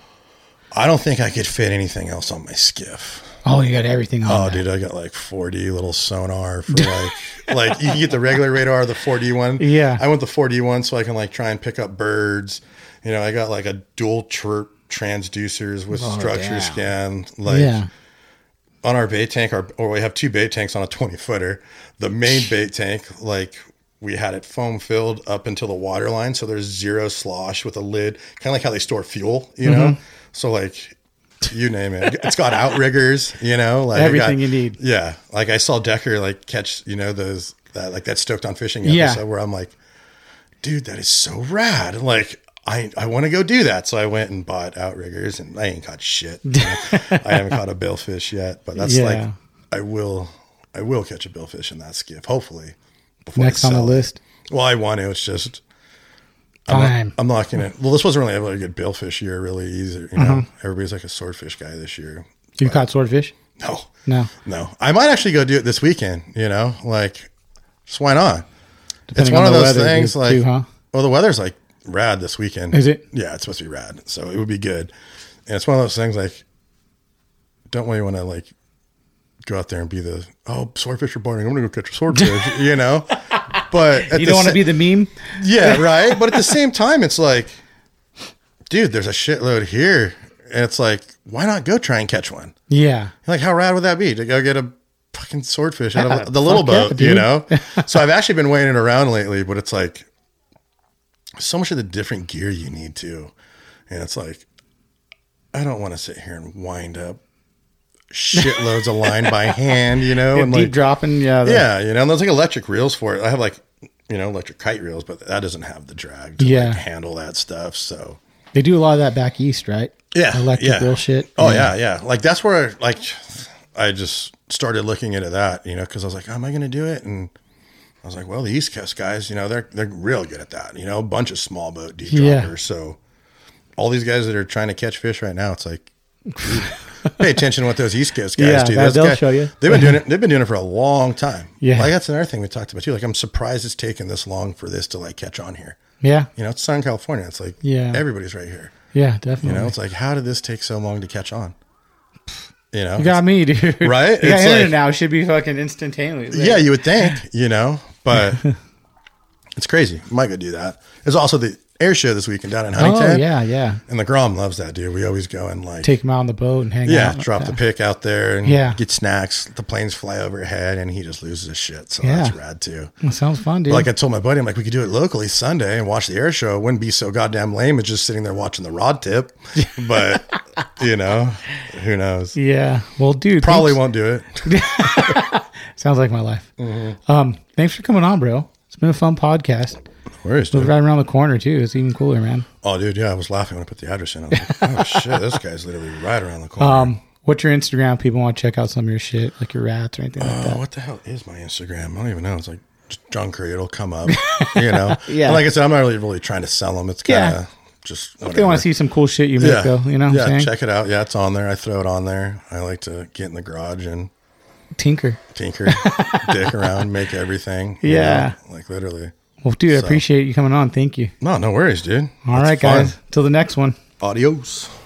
[SPEAKER 3] I don't think I could fit anything else on my skiff.
[SPEAKER 6] Oh, you got everything on.
[SPEAKER 3] Oh,
[SPEAKER 6] that.
[SPEAKER 3] dude, I got like 4D little sonar for like, like you can get the regular radar, the 4D one.
[SPEAKER 6] Yeah.
[SPEAKER 3] I want the 4D one so I can like try and pick up birds. You know, I got like a dual chirp transducers with structure
[SPEAKER 6] Oh, damn.
[SPEAKER 3] scan. Like
[SPEAKER 6] yeah.
[SPEAKER 3] on our bait tank, our, or we have two bait tanks on a 20 footer. The main bait tank, like we had it foam filled up until the water line. So there's zero slosh with a lid, kind of like how they store fuel, you
[SPEAKER 1] Mm-hmm.
[SPEAKER 3] know? So like, you name it. It's got outriggers, you know, like I
[SPEAKER 1] Everything
[SPEAKER 3] got-
[SPEAKER 1] you need.
[SPEAKER 3] Yeah. Like I saw Decker like catch, you know, those, that, like that stoked on fishing episode
[SPEAKER 6] Yeah.
[SPEAKER 3] where I'm like, dude, that is so rad. And, Like, I, I want to go do that. So I went and bought outriggers and I ain't caught shit. you know? I haven't caught a billfish yet, but that's
[SPEAKER 1] Yeah.
[SPEAKER 3] like, I will, I will catch a billfish in that skiff, hopefully. before I
[SPEAKER 6] Next on the
[SPEAKER 3] sell it.
[SPEAKER 6] list.
[SPEAKER 3] Well, I want to. It's just,
[SPEAKER 6] Time.
[SPEAKER 3] I'm not gonna. Well, this wasn't really a really good billfish year, really either. You know,
[SPEAKER 6] Uh-huh.
[SPEAKER 3] everybody's like a swordfish guy this year.
[SPEAKER 6] you caught swordfish?
[SPEAKER 3] No,
[SPEAKER 6] No.
[SPEAKER 3] no. I might actually go do it this weekend. You know, like just why not?
[SPEAKER 6] Depending
[SPEAKER 3] it's one
[SPEAKER 6] on
[SPEAKER 3] of
[SPEAKER 6] the
[SPEAKER 3] those
[SPEAKER 6] weather,
[SPEAKER 3] things.
[SPEAKER 6] dude,
[SPEAKER 3] like,
[SPEAKER 6] too, huh?
[SPEAKER 3] well, the weather's like rad this weekend.
[SPEAKER 6] Is it?
[SPEAKER 3] Yeah, it's supposed to be rad, so it would be good. And it's one of those things like, don't really want to like go out there and be the oh swordfish are boring. I'm gonna go catch a swordfish. you know, but at
[SPEAKER 6] You don't want
[SPEAKER 3] sa-
[SPEAKER 6] to be the meme?
[SPEAKER 3] yeah, right. But at the same time, it's like, dude, there's a shitload here. And it's like, why not go try and catch one?
[SPEAKER 6] Yeah.
[SPEAKER 3] Like, how rad would that be to go get a fucking swordfish out of the little
[SPEAKER 6] fuck yeah,
[SPEAKER 3] boat,
[SPEAKER 6] dude.
[SPEAKER 3] you know? so I've actually been weighing it around lately, but it's like so much of the different gear you need to. And it's like, I don't want to sit here and wind up shitloads of line by hand, you know?
[SPEAKER 6] Deep
[SPEAKER 3] and like,
[SPEAKER 6] dropping. Yeah. the-
[SPEAKER 3] yeah, you know, and there's like electric reels for it. I have like, you know, electric kite reels, but that doesn't have the drag to like,
[SPEAKER 6] Yeah.
[SPEAKER 3] handle that stuff. So
[SPEAKER 6] They do a lot of that back east, right?
[SPEAKER 3] yeah,
[SPEAKER 6] Electric
[SPEAKER 3] yeah.
[SPEAKER 6] real shit.
[SPEAKER 3] Oh yeah. yeah, Like that's where like I just started looking into that, you know, because I was like, am I going to do it? And I was like, well, the East Coast guys, you know, they're they're real good at that. You know, a bunch of small boat deep
[SPEAKER 6] Yeah.
[SPEAKER 3] droppers. So all these guys that are trying to catch fish right now, it's like. dude, Pay attention to what those East Coast guys
[SPEAKER 6] Yeah,
[SPEAKER 3] do.
[SPEAKER 6] that-
[SPEAKER 3] Those
[SPEAKER 6] they'll
[SPEAKER 3] guys-
[SPEAKER 6] show you.
[SPEAKER 3] They've been doing it. They've been doing it for a long time.
[SPEAKER 6] Yeah.
[SPEAKER 3] like that's another thing we talked about too. Like I'm surprised it's taken this long for this to like catch on here.
[SPEAKER 6] Yeah.
[SPEAKER 3] You know, it's Southern California. It's like
[SPEAKER 6] Yeah.
[SPEAKER 3] everybody's right here.
[SPEAKER 6] Yeah, definitely.
[SPEAKER 3] You know, it's like, how did this take so long to catch on? You know,
[SPEAKER 6] You got me, dude.
[SPEAKER 3] Right?
[SPEAKER 6] You got
[SPEAKER 3] It's
[SPEAKER 6] internet
[SPEAKER 3] like-
[SPEAKER 6] now. It should be fucking instantaneous.
[SPEAKER 3] yeah, you would think, you know, but it's crazy. Might go do that. There's also the air show this weekend down in Huntington.
[SPEAKER 6] Oh, yeah, yeah.
[SPEAKER 3] And the Grom loves that, dude. We always go and like,
[SPEAKER 6] Take him out on the boat and hang
[SPEAKER 3] yeah,
[SPEAKER 6] out.
[SPEAKER 3] drop the pick out there and
[SPEAKER 6] Yeah.
[SPEAKER 3] get snacks. The planes fly overhead and he just loses his shit. So
[SPEAKER 6] Yeah. Mm-hmm.
[SPEAKER 3] that's rad too.
[SPEAKER 6] That sounds fun, dude.
[SPEAKER 3] Like I told my buddy, I'm like, we could do it locally Sunday and watch the air show. It wouldn't be so goddamn lame as just sitting there watching the rod tip. But, you know, who knows?
[SPEAKER 6] yeah. Well, dude.
[SPEAKER 3] Probably
[SPEAKER 6] thanks-
[SPEAKER 3] won't do it.
[SPEAKER 6] Sounds like my life.
[SPEAKER 3] Mm-hmm.
[SPEAKER 6] Um, thanks for coming on, bro. It's been a fun podcast.
[SPEAKER 3] Where is
[SPEAKER 6] We're
[SPEAKER 3] dude?
[SPEAKER 6] right around the corner, too. It's even cooler, man.
[SPEAKER 3] Oh, dude, yeah, I was laughing when I put the address in. I was like, oh shit, this guy's literally right around the corner.
[SPEAKER 6] Um, what's your Instagram? People want to check out some of your shit, like your rats or anything like
[SPEAKER 3] oh,
[SPEAKER 6] that.
[SPEAKER 3] what the hell is my Instagram? I don't even know. It's like just John Curry. It'll come up, you know.
[SPEAKER 6] Yeah.
[SPEAKER 3] And like I said, I'm not really really trying to sell them. It's
[SPEAKER 6] Yeah.
[SPEAKER 3] kind of just
[SPEAKER 6] If they want to see some cool shit you make,
[SPEAKER 3] Yeah,
[SPEAKER 6] though, you know what
[SPEAKER 3] yeah.
[SPEAKER 6] I'm saying?
[SPEAKER 3] Check it out. Yeah, it's on there. I throw it on there. I like to get in the garage and
[SPEAKER 6] Tinker.
[SPEAKER 3] tinker, dick around, make everything. you
[SPEAKER 6] Yeah.
[SPEAKER 3] know? like literally.
[SPEAKER 6] Well, dude, I
[SPEAKER 3] So-
[SPEAKER 6] appreciate you coming on. Thank you.
[SPEAKER 3] No, no worries, dude.
[SPEAKER 6] All right,
[SPEAKER 3] It's fun.
[SPEAKER 6] guys. Till the next one.
[SPEAKER 3] Adios.